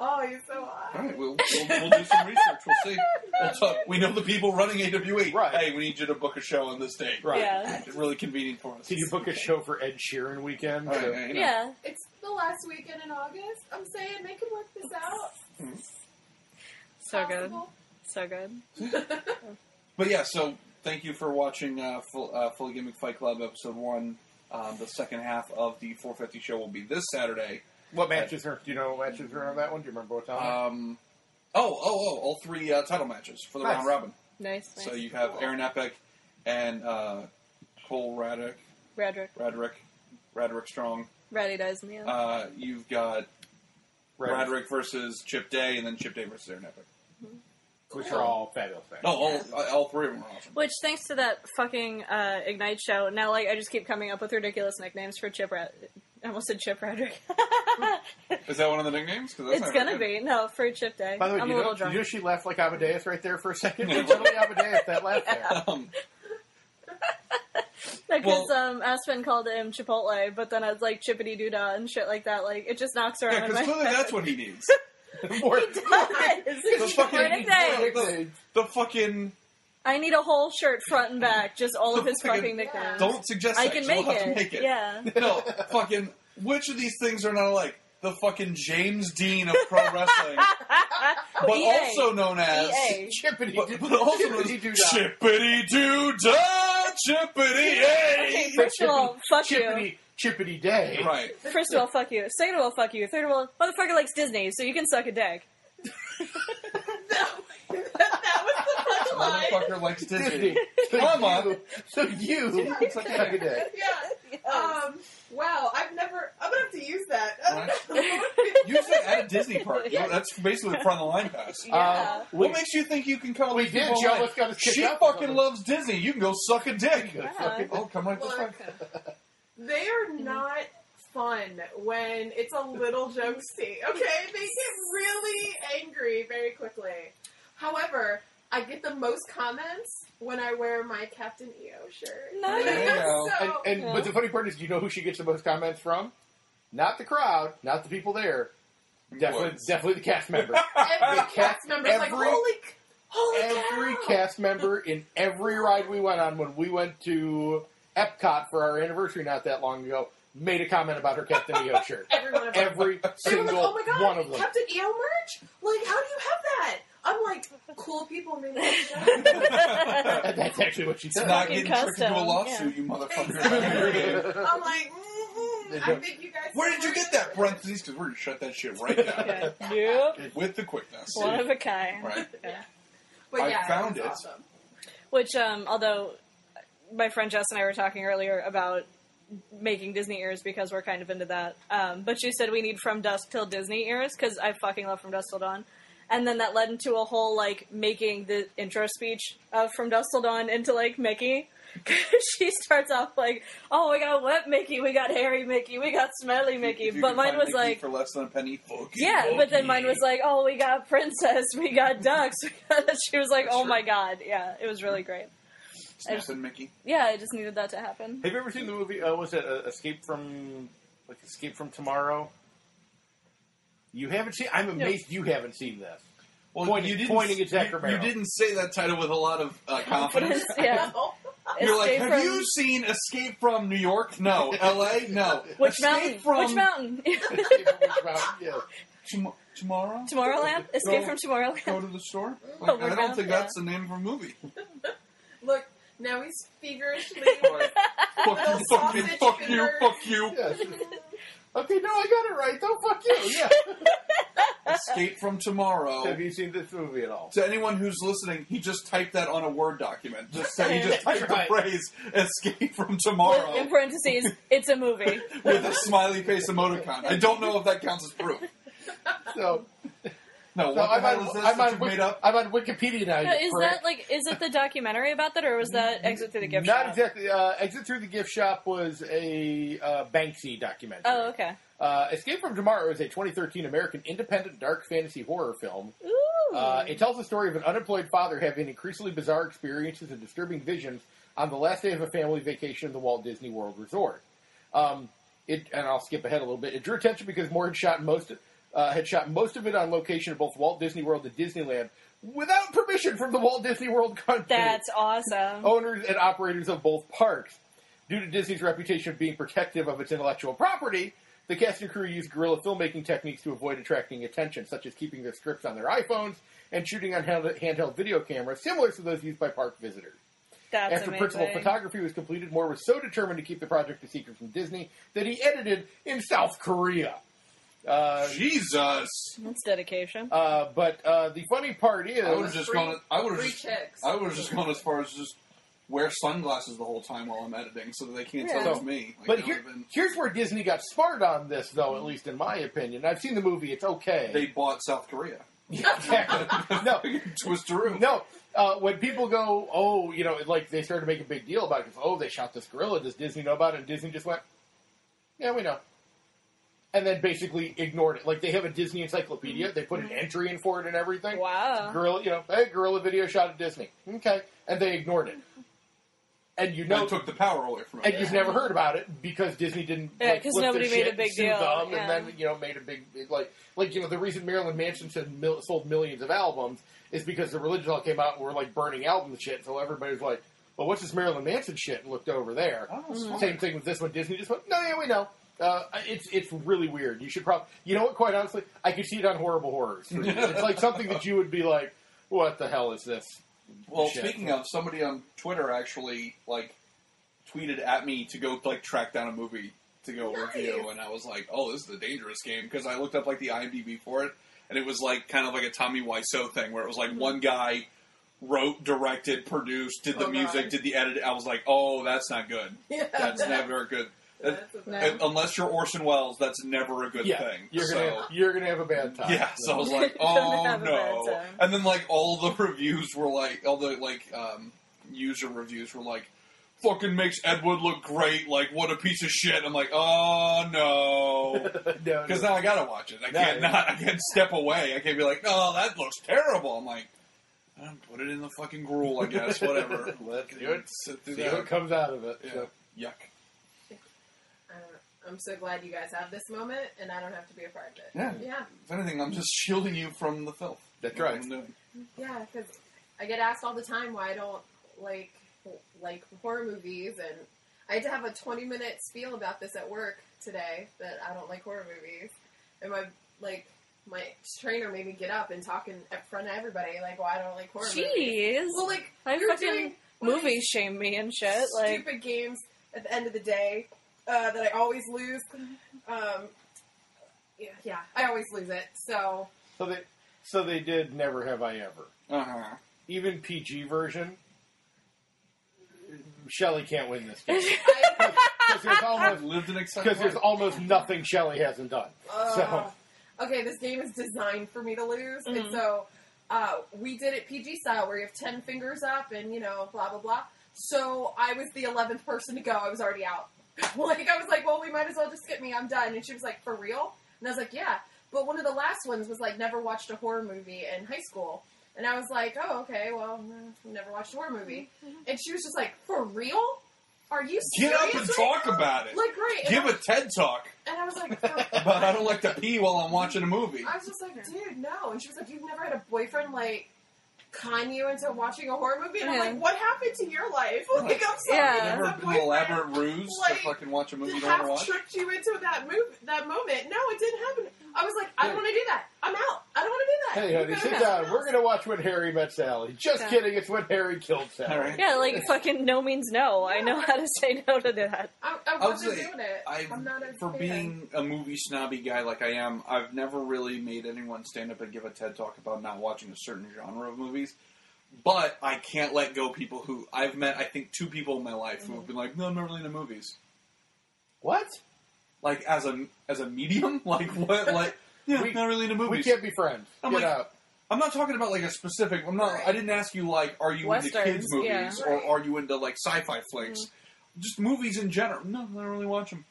Speaker 7: Oh, you're so
Speaker 5: all [LAUGHS]
Speaker 7: hot.
Speaker 5: right, we'll, we'll, we'll do some research. We'll see. We'll talk. We know the people running AWE.
Speaker 4: Right.
Speaker 5: Hey, we need you to book a show on this date.
Speaker 4: Right.
Speaker 6: Yeah.
Speaker 5: It's really convenient for us.
Speaker 4: Did you book a show for Ed Sheeran weekend?
Speaker 5: All right, yeah, you know.
Speaker 6: Yeah.
Speaker 7: It's the last weekend in August. I'm saying they could work this out.
Speaker 6: So good.
Speaker 7: [LAUGHS]
Speaker 6: So good.
Speaker 5: But yeah, so thank you for watching uh, Full, uh, Fully Gimmick Fight Club episode one. Um, the second half of the 450 show will be this Saturday.
Speaker 4: What matches are? Do you know what matches are on that one? Do you remember what time?
Speaker 5: Um, oh, oh, oh! All three uh, title matches for the
Speaker 4: Nice.
Speaker 5: round robin.
Speaker 6: Nice. nice.
Speaker 5: So you have Aaron Epic and uh, Cole Raddick,
Speaker 6: Radrick.
Speaker 5: Radrick, Radrick Strong.
Speaker 6: Ratty dies in the end.
Speaker 5: Uh, you've got
Speaker 4: Right.
Speaker 5: Radrick versus Chip Day, and then Chip Day versus Aaron Epic.
Speaker 4: Which are all fabulous matches.
Speaker 5: No, all, uh, all three of them are awesome.
Speaker 6: Which, thanks to that fucking uh, Ignite show, now like I just keep coming up with ridiculous nicknames for Chip Rat. I almost said Chip Radrick. [LAUGHS]
Speaker 5: Is that one of the nicknames? 'Cause that's
Speaker 6: it's
Speaker 5: not
Speaker 6: gonna
Speaker 5: right.
Speaker 6: be no for Chip Day.
Speaker 4: By the way,
Speaker 6: I'm
Speaker 4: do
Speaker 6: a
Speaker 4: you,
Speaker 6: little
Speaker 4: know, do you
Speaker 6: drunk.
Speaker 4: know she laughed like Amadeus right there for a
Speaker 5: [LAUGHS]
Speaker 4: second? It's totally Amadeus that laugh
Speaker 6: [LAUGHS]
Speaker 4: there.
Speaker 5: Um,
Speaker 6: Because
Speaker 5: well-
Speaker 6: um, Aspen called him Chipotle, but then I was like Chippity Doodah and shit like that. Like it just knocks around
Speaker 5: yeah,
Speaker 6: in
Speaker 5: because
Speaker 6: my
Speaker 5: clearly
Speaker 6: head.
Speaker 5: that's what he needs.
Speaker 4: [LAUGHS] More-
Speaker 5: The
Speaker 6: It's
Speaker 5: fucking-
Speaker 6: your nickname.
Speaker 5: the- the fucking
Speaker 6: I need a whole shirt front and back, just all of his
Speaker 5: Fucking-
Speaker 6: fucking nicknames.
Speaker 5: Don't suggest
Speaker 6: I
Speaker 5: that.
Speaker 6: can
Speaker 5: You'll
Speaker 6: make
Speaker 5: have to
Speaker 6: it.
Speaker 5: make it. [LAUGHS]
Speaker 6: Yeah.
Speaker 5: No, fucking. Which of these things are not alike? The fucking James Dean of
Speaker 6: [LAUGHS]
Speaker 5: pro wrestling, but
Speaker 6: EA.
Speaker 5: also known as
Speaker 6: EA.
Speaker 4: Chippity
Speaker 5: [LAUGHS] but, but also known as
Speaker 4: Chippity Doo-Dah.
Speaker 5: Chippity Doo Da Chippity A.
Speaker 6: Okay,
Speaker 4: [LAUGHS]
Speaker 6: first of all, fuck you.
Speaker 4: Chippity Chippity Day.
Speaker 5: Right.
Speaker 6: First of all, fuck you. Second of all, fuck you. Third of all, motherfucker likes Disney, so you can suck
Speaker 5: [LAUGHS]
Speaker 6: a dick.
Speaker 7: that was the punchline.
Speaker 5: Motherfucker likes Disney.
Speaker 4: Disney.
Speaker 7: [LAUGHS]
Speaker 4: So
Speaker 5: Mama.
Speaker 4: you, so you suck a dick.
Speaker 7: Yeah. Um. Wow. I've never. I'm gonna have to use that. [LAUGHS]
Speaker 5: Right. Use it at a Disney
Speaker 6: [LAUGHS]
Speaker 5: park. You know, That's basically the front of the line pass.
Speaker 6: Yeah.
Speaker 4: Um,
Speaker 5: What
Speaker 4: we,
Speaker 5: makes you think you can come? up
Speaker 4: we
Speaker 5: with
Speaker 4: did.
Speaker 5: people
Speaker 4: Joe
Speaker 5: like,
Speaker 4: List got us kicked
Speaker 5: She
Speaker 4: out for
Speaker 5: fucking
Speaker 4: something."
Speaker 5: loves Disney. You can go suck a dick.
Speaker 6: Yeah.
Speaker 5: Oh, come right this way.
Speaker 7: Look, they are not fun when it's a little jokesy. Okay, they get really angry very quickly. However, I get the most comments when I wear my Captain EO shirt.
Speaker 6: Nice.
Speaker 5: There you go.
Speaker 7: [LAUGHS] so,
Speaker 4: And, and
Speaker 6: Yeah.
Speaker 4: but the funny part is, you know who she gets the most comments from? Not the crowd, not the people there. Definitely,
Speaker 5: Boys.
Speaker 4: definitely the cast
Speaker 7: [LAUGHS]
Speaker 4: member.
Speaker 7: every
Speaker 4: the cat-
Speaker 7: cast member is like,
Speaker 4: every-
Speaker 7: holy, c- holy
Speaker 4: every
Speaker 7: cow.
Speaker 4: cast member in every ride we went on when we went to Epcot for our anniversary not that long ago made a comment about her Captain EO
Speaker 7: [LAUGHS]
Speaker 4: shirt.
Speaker 7: Every one of them.
Speaker 4: Every
Speaker 7: They were like,
Speaker 4: single
Speaker 7: oh my god,
Speaker 4: one of them.
Speaker 7: Captain EO merch? Like, how do you have that? I'm like, cool people made
Speaker 5: [LAUGHS]
Speaker 7: that.
Speaker 4: And [LAUGHS] that's actually what she
Speaker 5: It's
Speaker 4: said.
Speaker 5: not
Speaker 6: Fucking
Speaker 5: getting tricked into a
Speaker 6: custom,
Speaker 5: lawsuit, you
Speaker 7: Exactly.
Speaker 5: motherfucker.
Speaker 7: I'm like, mm-mm, I think you guys.
Speaker 5: Where did you get that parentheses? Because we're going to shut that shit right down.
Speaker 6: Okay. Nope.
Speaker 5: With the quickness.
Speaker 6: One of a kind.
Speaker 5: Right.
Speaker 6: Yeah.
Speaker 7: But
Speaker 5: I
Speaker 7: yeah,
Speaker 5: found
Speaker 7: it.
Speaker 5: it.
Speaker 7: was Awesome.
Speaker 6: Which, um, although my friend Jess and I were talking earlier about making Disney ears because we're kind of into that. Um, but you said we need From Dusk Till Disney ears because I fucking love From Dusk Till Dawn. and then that led into a whole like making the intro speech of From Dusk Till Dawn into like Mickey. [LAUGHS] 'Cause she starts off like, "Oh, we got wet Mickey, we got hairy Mickey, we got smelly Mickey,"
Speaker 5: If you
Speaker 6: but
Speaker 5: can
Speaker 6: mine
Speaker 5: find
Speaker 6: was
Speaker 5: Mickey
Speaker 6: like,
Speaker 5: for less than a penny. Fucking
Speaker 6: [LAUGHS] yeah, but then mine was
Speaker 5: Mickey.
Speaker 6: like, "Oh, we got princess, we got ducks." [LAUGHS] we got this." she was like,
Speaker 5: That's
Speaker 6: "Oh
Speaker 5: true.
Speaker 6: my god, yeah, it was really great."
Speaker 5: Snapping Mickey.
Speaker 6: Yeah, I just needed that to happen.
Speaker 4: [LAUGHS] Have you ever seen the movie? Uh, was it uh, Escape from like Escape from Tomorrow? You haven't seen. I'm amazed you haven't seen [LAUGHS] this.
Speaker 5: Well,
Speaker 4: Pointing-
Speaker 5: you didn't,
Speaker 4: pointing at Jack
Speaker 5: you,
Speaker 4: Romero.
Speaker 5: you didn't say that title with a lot of uh, confidence.
Speaker 7: [LAUGHS]
Speaker 6: yeah.
Speaker 5: You're like,
Speaker 6: Escape
Speaker 5: have
Speaker 6: from-
Speaker 5: you seen Escape from New York? No. L.A. No.
Speaker 6: Which
Speaker 5: Escape
Speaker 6: mountain?
Speaker 5: From
Speaker 6: Which mountain? [LAUGHS]
Speaker 4: Escape from Tomorrow, yeah.
Speaker 5: Tom- tomorrow.
Speaker 6: Tomorrowland? Escape
Speaker 5: Go-
Speaker 6: from
Speaker 5: Go
Speaker 6: Tomorrowland?
Speaker 5: to
Speaker 6: [LAUGHS]
Speaker 5: the store.
Speaker 6: Oh,
Speaker 5: Like,
Speaker 6: we're
Speaker 5: I
Speaker 6: down,
Speaker 5: don't think
Speaker 6: yeah.
Speaker 5: that's the name of a movie.
Speaker 7: Look, now he's feverishly.
Speaker 5: [LAUGHS] Like, fuck you! [LAUGHS] Fuck you!
Speaker 7: sausage
Speaker 5: Fuck you!
Speaker 7: fingers.
Speaker 5: Fuck you!
Speaker 4: Yes. Okay, no, I got it right. Don't fuck you. Yeah.
Speaker 5: Escape from tomorrow.
Speaker 4: Oh, Have you seen this movie at all?
Speaker 5: To anyone who's listening, he just typed that on a Word document. Just so he just typed
Speaker 4: Right.
Speaker 5: the phrase "Escape from
Speaker 6: With- In
Speaker 5: Tomorrow"
Speaker 6: parentheses, it's a movie.
Speaker 5: [LAUGHS] with a smiley face emoticon. I don't know if that counts as proof.
Speaker 4: So, so
Speaker 5: No, what the
Speaker 4: I'm,
Speaker 5: hell is
Speaker 4: on,
Speaker 5: this
Speaker 4: I'm,
Speaker 5: that
Speaker 4: on
Speaker 5: you
Speaker 4: Wiki,
Speaker 5: made up?
Speaker 4: I'm on Wikipedia now.
Speaker 6: Now,
Speaker 4: you
Speaker 6: Is
Speaker 4: prick.
Speaker 6: that like, is it the documentary about that, or was that Exit Through the Gift
Speaker 4: Not
Speaker 6: Shop?
Speaker 4: exactly. Uh, Exit Through the Gift Shop was a uh, Banksy documentary.
Speaker 6: Oh, okay.
Speaker 4: Uh, Escape from Tomorrow is a 2013 American independent dark fantasy horror film.
Speaker 6: Ooh.
Speaker 4: Uh, it tells the story of an unemployed father having increasingly bizarre experiences and disturbing visions on the last day of a family vacation at the Walt Disney World Resort. Um, it, and I'll skip ahead a little bit. It drew attention because Moore had shot most uh, had shot most of it on location at both Walt Disney World and Disneyland without permission from the Walt Disney World company
Speaker 6: That's awesome.
Speaker 4: owners and operators of both parks. Due to Disney's reputation of being protective of its intellectual property, the cast and crew used guerrilla filmmaking techniques to avoid attracting attention, such as keeping their scripts on their iPhones and shooting on hand- handheld video cameras, similar to those used by park visitors.
Speaker 6: That's
Speaker 4: After
Speaker 6: amazing.
Speaker 4: principal photography was completed, Moore was so determined to keep the project a secret from Disney that he edited in South Korea. Uh,
Speaker 5: Jesus!
Speaker 6: That's dedication.
Speaker 4: uh, but uh, the funny part is,
Speaker 7: [LAUGHS]
Speaker 5: I would have just
Speaker 7: free-
Speaker 5: gone. I would have
Speaker 7: free
Speaker 5: just.
Speaker 7: chicks.
Speaker 5: I would have just gone as far as just wear sunglasses the whole time while I'm editing, so that they can't
Speaker 6: Yeah.
Speaker 5: tell
Speaker 4: So-
Speaker 5: it's me. Like,
Speaker 4: but
Speaker 5: that
Speaker 4: here,
Speaker 5: would've been-
Speaker 4: here's where Disney got smart on this, though, at least in my opinion. I've seen the movie; it's okay.
Speaker 5: they bought South Korea. [LAUGHS]
Speaker 4: Exactly. [LAUGHS] no,
Speaker 5: Twisteroo.
Speaker 4: no. Uh, when people go, oh, you know, like they started to make a big deal about it. 'cause, Oh, they shot this gorilla. Does Disney know about it? And Disney just went, yeah, we know. And then basically ignored it. Like they have a Disney encyclopedia. They put an entry in for it and everything.
Speaker 6: wow.
Speaker 4: Gorilla, you know, hey, gorilla video shot at Disney. Okay, and they ignored it. And you
Speaker 5: No,
Speaker 4: know,
Speaker 5: took the power away from
Speaker 4: and
Speaker 5: it.
Speaker 4: you've never heard about it because Disney didn't.
Speaker 6: Yeah,
Speaker 4: like,
Speaker 6: 'cause
Speaker 4: flip their
Speaker 6: nobody made
Speaker 4: shit,
Speaker 6: a big
Speaker 4: sue
Speaker 6: deal,
Speaker 4: them,
Speaker 6: yeah.
Speaker 4: And then you know made a big like like you know the reason Marilyn Manson said mil- sold millions of albums is because the religion all came out and were like burning album and shit. So everybody's like, well, what's this Marilyn Manson shit? And looked over there.
Speaker 5: Oh, that's smart.
Speaker 4: Same thing with this one. Disney just went, no, yeah, we know. Uh, it's it's really weird. You should probably, you know what? Quite honestly, I could see it on horrible horrors. it's like something that you would be like, what the hell is this?
Speaker 5: Well,
Speaker 4: Shit.
Speaker 5: speaking of, somebody on Twitter actually like tweeted at me to go like track down a movie to go review, and I was like, "Oh, this is a dangerous game" because I looked up like the IMDb for it, and it was like kind of like a Tommy Wiseau thing where it was like
Speaker 7: Mm-hmm.
Speaker 5: one guy wrote, directed, produced, did the
Speaker 7: Oh,
Speaker 5: music,
Speaker 7: God.
Speaker 5: did the edit. I was like, "Oh, that's not good.
Speaker 7: [LAUGHS] Yeah,
Speaker 5: That's
Speaker 7: [LAUGHS] that-
Speaker 5: never good." That-
Speaker 7: That's a
Speaker 6: No.
Speaker 7: bad-
Speaker 5: unless you're Orson Welles, that's never a good
Speaker 4: yeah,
Speaker 5: thing.
Speaker 4: you're
Speaker 5: so.
Speaker 4: gonna you're gonna have a bad time. [LAUGHS]
Speaker 5: Yeah, so I was like,
Speaker 6: Gonna
Speaker 5: oh
Speaker 6: have a
Speaker 5: no.
Speaker 6: bad time.
Speaker 5: And then like all the [LAUGHS] reviews were like, all the like um, user reviews were like, fucking makes Ed Wood look great. Like what a piece of shit. I'm like, oh no.
Speaker 4: No, no.
Speaker 5: Because now I gotta watch it. I
Speaker 4: No,
Speaker 5: can't
Speaker 4: yeah.
Speaker 5: not. I can't step away. I can't be like, oh, that looks terrible. I'm like, "Um, put it in the fucking gruel, I
Speaker 4: [LAUGHS]
Speaker 5: guess. [LAUGHS] Whatever. Let
Speaker 4: do it.
Speaker 5: Sit through
Speaker 4: See what
Speaker 5: that.
Speaker 4: comes out of it.
Speaker 5: Yeah.
Speaker 4: So-
Speaker 5: Yuck.
Speaker 7: Uh, I'm so glad you guys have this moment, and I don't have to be a part of it.
Speaker 5: Yeah.
Speaker 7: yeah,
Speaker 5: If anything, I'm just shielding you from the filth.
Speaker 4: That's
Speaker 5: what
Speaker 4: right.
Speaker 5: I'm doing.
Speaker 7: yeah. Because I get asked all the time why I don't like like horror movies, and I had to have a 20 minute spiel about this at work today that I don't like horror movies, and my like my trainer made me get up and talk in in front of everybody like why I don't like horror movies.
Speaker 6: Jeez.
Speaker 7: Well, like
Speaker 6: I
Speaker 7: you're
Speaker 6: fucking
Speaker 7: doing one of
Speaker 6: Movies shame me and shit.
Speaker 7: these
Speaker 6: Like,
Speaker 7: stupid games at the end of the day uh, that I always lose. Um, yeah, yeah, I always lose it.
Speaker 6: [LAUGHS]
Speaker 7: So
Speaker 4: So they so they did Never Have I Ever.
Speaker 5: Uh huh.
Speaker 4: Even PG version. Shelley can't win this game
Speaker 7: [LAUGHS] I,
Speaker 4: because there's
Speaker 5: I've
Speaker 4: almost
Speaker 5: [LAUGHS] lived an exciting
Speaker 4: because there's
Speaker 5: life.
Speaker 4: almost nothing Shelley hasn't done.
Speaker 7: uh,
Speaker 4: so
Speaker 7: okay, this game is designed for me to lose. And
Speaker 6: Mhm.
Speaker 7: so uh, we did it PG style where you have 10 fingers up and, you know, blah, blah, blah. So I was the 11th person to go. I was already out. [LAUGHS] like, I was like, well, we might as well just skip me. I'm done. And she was like, for real? And I was like, yeah. But one of the last ones was like, never watched a horror movie in high school. And I was like, oh, okay, well, mm, never watched a horror movie. And she was just like, for real? Are you
Speaker 5: Get
Speaker 7: serious?
Speaker 5: up and
Speaker 7: right
Speaker 5: talk
Speaker 7: now?"
Speaker 5: about it.
Speaker 7: Like, right.
Speaker 5: Give
Speaker 7: and,
Speaker 5: a TED talk
Speaker 7: I, and I
Speaker 5: [LAUGHS]
Speaker 7: was like, "For-
Speaker 5: about I don't like to pee while I'm watching a movie.
Speaker 7: I was just like, dude, no. And she was like, you've never had a boyfriend like con you into watching a horror movie? And I'm
Speaker 6: Yeah.
Speaker 7: like, what happened to your life? [LAUGHS] Like, I'm sorry.
Speaker 6: Yeah.
Speaker 7: that
Speaker 5: Never
Speaker 7: my
Speaker 5: been an
Speaker 7: boyfriend
Speaker 5: elaborate ruse to
Speaker 7: like,
Speaker 5: fucking watch a movie you don't want
Speaker 7: half
Speaker 5: to watch.
Speaker 7: tricked you into that move, that moment. No, it didn't happen. I was like, I don't want to do that. I'm out. I don't want to do that.
Speaker 4: Hey, honey,
Speaker 7: You
Speaker 4: sit
Speaker 7: better-
Speaker 4: down. We're gonna watch When Harry Met Sally. Just
Speaker 6: Yeah.
Speaker 4: kidding. It's When Harry Killed Sally.
Speaker 5: All right.
Speaker 6: Yeah, like fucking no means no. I know how to say no to that.
Speaker 7: I, I
Speaker 5: I would
Speaker 7: wasn't
Speaker 5: say
Speaker 7: doing it.
Speaker 5: I,
Speaker 7: am not a
Speaker 5: for
Speaker 7: fan.
Speaker 5: being a movie snobby guy like I am, I've never really made anyone stand up and give a TED talk about not watching a certain genre of movies. But I can't let go people who I've met. I think two people in my life who have been like, "No, I'm not really into movies."
Speaker 4: What?
Speaker 5: Like as a as a medium, [LAUGHS] like what? Like yeah,
Speaker 4: We-
Speaker 5: not really into
Speaker 4: We
Speaker 5: movies.
Speaker 4: can't be friends.
Speaker 5: I'm
Speaker 4: Get
Speaker 5: like-
Speaker 4: out.
Speaker 5: I'm not talking about like a specific. I'm not. I didn't ask you like, are you
Speaker 6: Westerns,
Speaker 5: into kids movies
Speaker 6: yeah.
Speaker 7: Right. Mm-hmm.
Speaker 5: or are you into like sci-fi flicks? Just movies in general. No, I don't really watch them.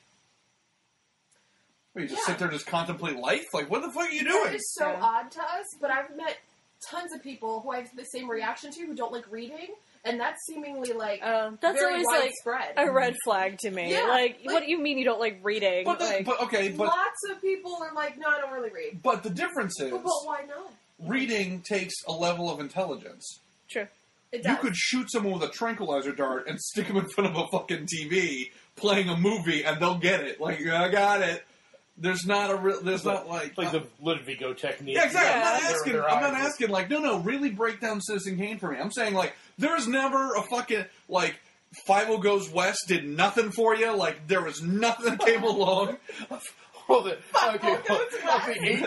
Speaker 5: you just
Speaker 7: Yeah.
Speaker 5: sit there and just contemplate life. Like, what the fuck are you
Speaker 7: That
Speaker 5: doing?
Speaker 7: is so
Speaker 6: Yeah.
Speaker 7: odd to us, but I've met tons of people who I have the same reaction to who don't like reading, and that's seemingly like
Speaker 6: Um, that's
Speaker 7: very
Speaker 6: always like
Speaker 7: widespread.
Speaker 6: a red flag to me.
Speaker 7: Yeah,
Speaker 6: like,
Speaker 7: like-
Speaker 6: what do you mean you don't like reading?
Speaker 5: But, the-
Speaker 6: like,
Speaker 5: but okay, but
Speaker 7: Lots of people are like, no, I don't really read.
Speaker 5: but the difference is
Speaker 7: But, but why not?
Speaker 5: reading takes a level of intelligence.
Speaker 6: true.
Speaker 7: It
Speaker 5: You
Speaker 7: does.
Speaker 5: could shoot someone with a tranquilizer dart and stick them in front of a fucking TV playing a movie, and they'll get it. Like, I got it. There's not a real. There's not like
Speaker 4: Like the Ludvigo technique.
Speaker 5: Yeah, uh, exactly. I'm
Speaker 4: Their-
Speaker 5: not asking.
Speaker 4: their
Speaker 5: I'm not
Speaker 4: eyes.
Speaker 5: asking. Like, no, no, really break down Citizen Kane for me. I'm saying like, there's never a fucking like. Five O Goes West did nothing for you. Like there was nothing that
Speaker 4: [LAUGHS]
Speaker 5: came along.
Speaker 4: Hold it. Okay, hold of the eight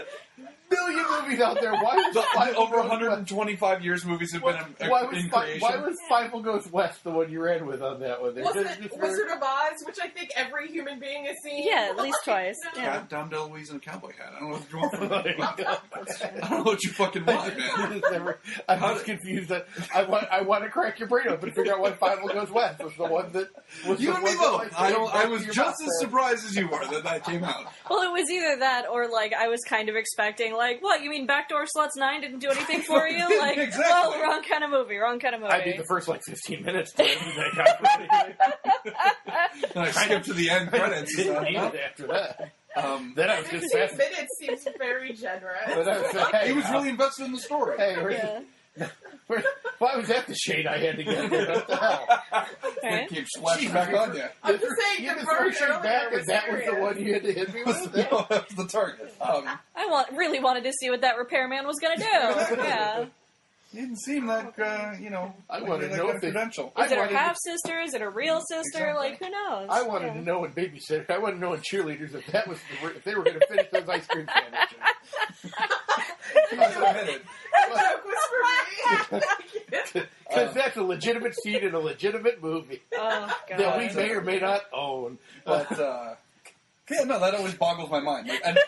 Speaker 4: million movies out there, why was
Speaker 5: The,
Speaker 4: Five Will
Speaker 5: over
Speaker 4: Goes
Speaker 5: 125 years movies have been
Speaker 4: West-
Speaker 5: in,
Speaker 4: Why
Speaker 5: in
Speaker 4: was Fi-
Speaker 5: creation.
Speaker 4: Why was Five Will Goes West the one you ran with on that one? There?
Speaker 7: Wasn't
Speaker 4: Just-
Speaker 7: it
Speaker 4: just- [LAUGHS]
Speaker 7: Wizard of Oz, which I think every human being has seen?
Speaker 6: Yeah, at least twice.
Speaker 7: [LAUGHS] No.
Speaker 6: Yeah.
Speaker 5: God, Dom DeLuise in a cowboy hat. I don't know
Speaker 4: [LAUGHS]
Speaker 5: what you want from me. I don't know what you fucking
Speaker 4: I
Speaker 5: want,
Speaker 4: [LAUGHS]
Speaker 5: man.
Speaker 4: just never- I'm
Speaker 5: How
Speaker 4: just
Speaker 5: did-
Speaker 4: confused. That I want I want to crack your brain open and figure out what Five Will Goes West was the one that was
Speaker 5: You
Speaker 4: the
Speaker 5: and
Speaker 4: one
Speaker 5: me
Speaker 4: that,
Speaker 5: both.
Speaker 4: like,
Speaker 5: I don't. I
Speaker 4: back
Speaker 5: was
Speaker 4: to your
Speaker 5: just
Speaker 4: mouth
Speaker 5: as
Speaker 4: there.
Speaker 5: surprised as you were that that came out.
Speaker 6: Well, it was either that or like I was kind of expecting like, what you mean backdoor slots nine didn't do anything for you? Like,
Speaker 5: Exactly.
Speaker 6: well, wrong kind of movie, wrong kind of movie.
Speaker 4: I did the first like 15 minutes. [LAUGHS] to that got
Speaker 5: And I skipped to the end credits.
Speaker 4: pretty- [LAUGHS] didn't need it after that.
Speaker 5: Um,
Speaker 4: Then I was just
Speaker 7: Fifteen
Speaker 4: fast.
Speaker 7: minutes seems very
Speaker 4: But
Speaker 7: generous.
Speaker 4: I was like, hey,
Speaker 5: he was
Speaker 4: I'll-
Speaker 5: really invested in the story.
Speaker 4: Hey, where's,
Speaker 6: yeah.
Speaker 4: where, why was that the shade I had to get? What the hell?
Speaker 5: It
Speaker 6: Right?
Speaker 5: keeps slashing back on you.
Speaker 7: I'm just saying
Speaker 4: you
Speaker 7: the
Speaker 4: just
Speaker 7: road
Speaker 4: threw shade
Speaker 7: earlier
Speaker 4: back,
Speaker 7: was
Speaker 4: and that was the
Speaker 7: serious.
Speaker 4: one you had to hit me with.
Speaker 5: [LAUGHS] no, that's the target. [LAUGHS] Um,
Speaker 6: I want really wanted to see what that repairman was
Speaker 4: [LAUGHS]
Speaker 6: gonna do. Oh, Yeah.
Speaker 5: he didn't seem like uh, you know.
Speaker 4: I
Speaker 5: like,
Speaker 4: wanna
Speaker 5: like
Speaker 4: know
Speaker 5: a
Speaker 4: if they-
Speaker 5: [LAUGHS] credential.
Speaker 4: I
Speaker 6: Is it her
Speaker 4: wanted to-
Speaker 6: half sister? Is it a real sister?
Speaker 5: Exactly.
Speaker 6: Like, who knows?
Speaker 4: I wanted
Speaker 6: Yeah.
Speaker 4: to know in babysitter. I wanted to know in cheerleaders if that was the, if they were going to finish those ice cream sandwiches.
Speaker 5: That's what I meant.
Speaker 7: [LAUGHS] Joke was for me.
Speaker 5: [LAUGHS]
Speaker 4: Because that's a legitimate scene in a legitimate movie
Speaker 6: Oh
Speaker 4: [LAUGHS]
Speaker 6: god.
Speaker 4: that we may or may not own. But
Speaker 5: But uh, [LAUGHS] yeah, no, that always boggles my mind. Like, and,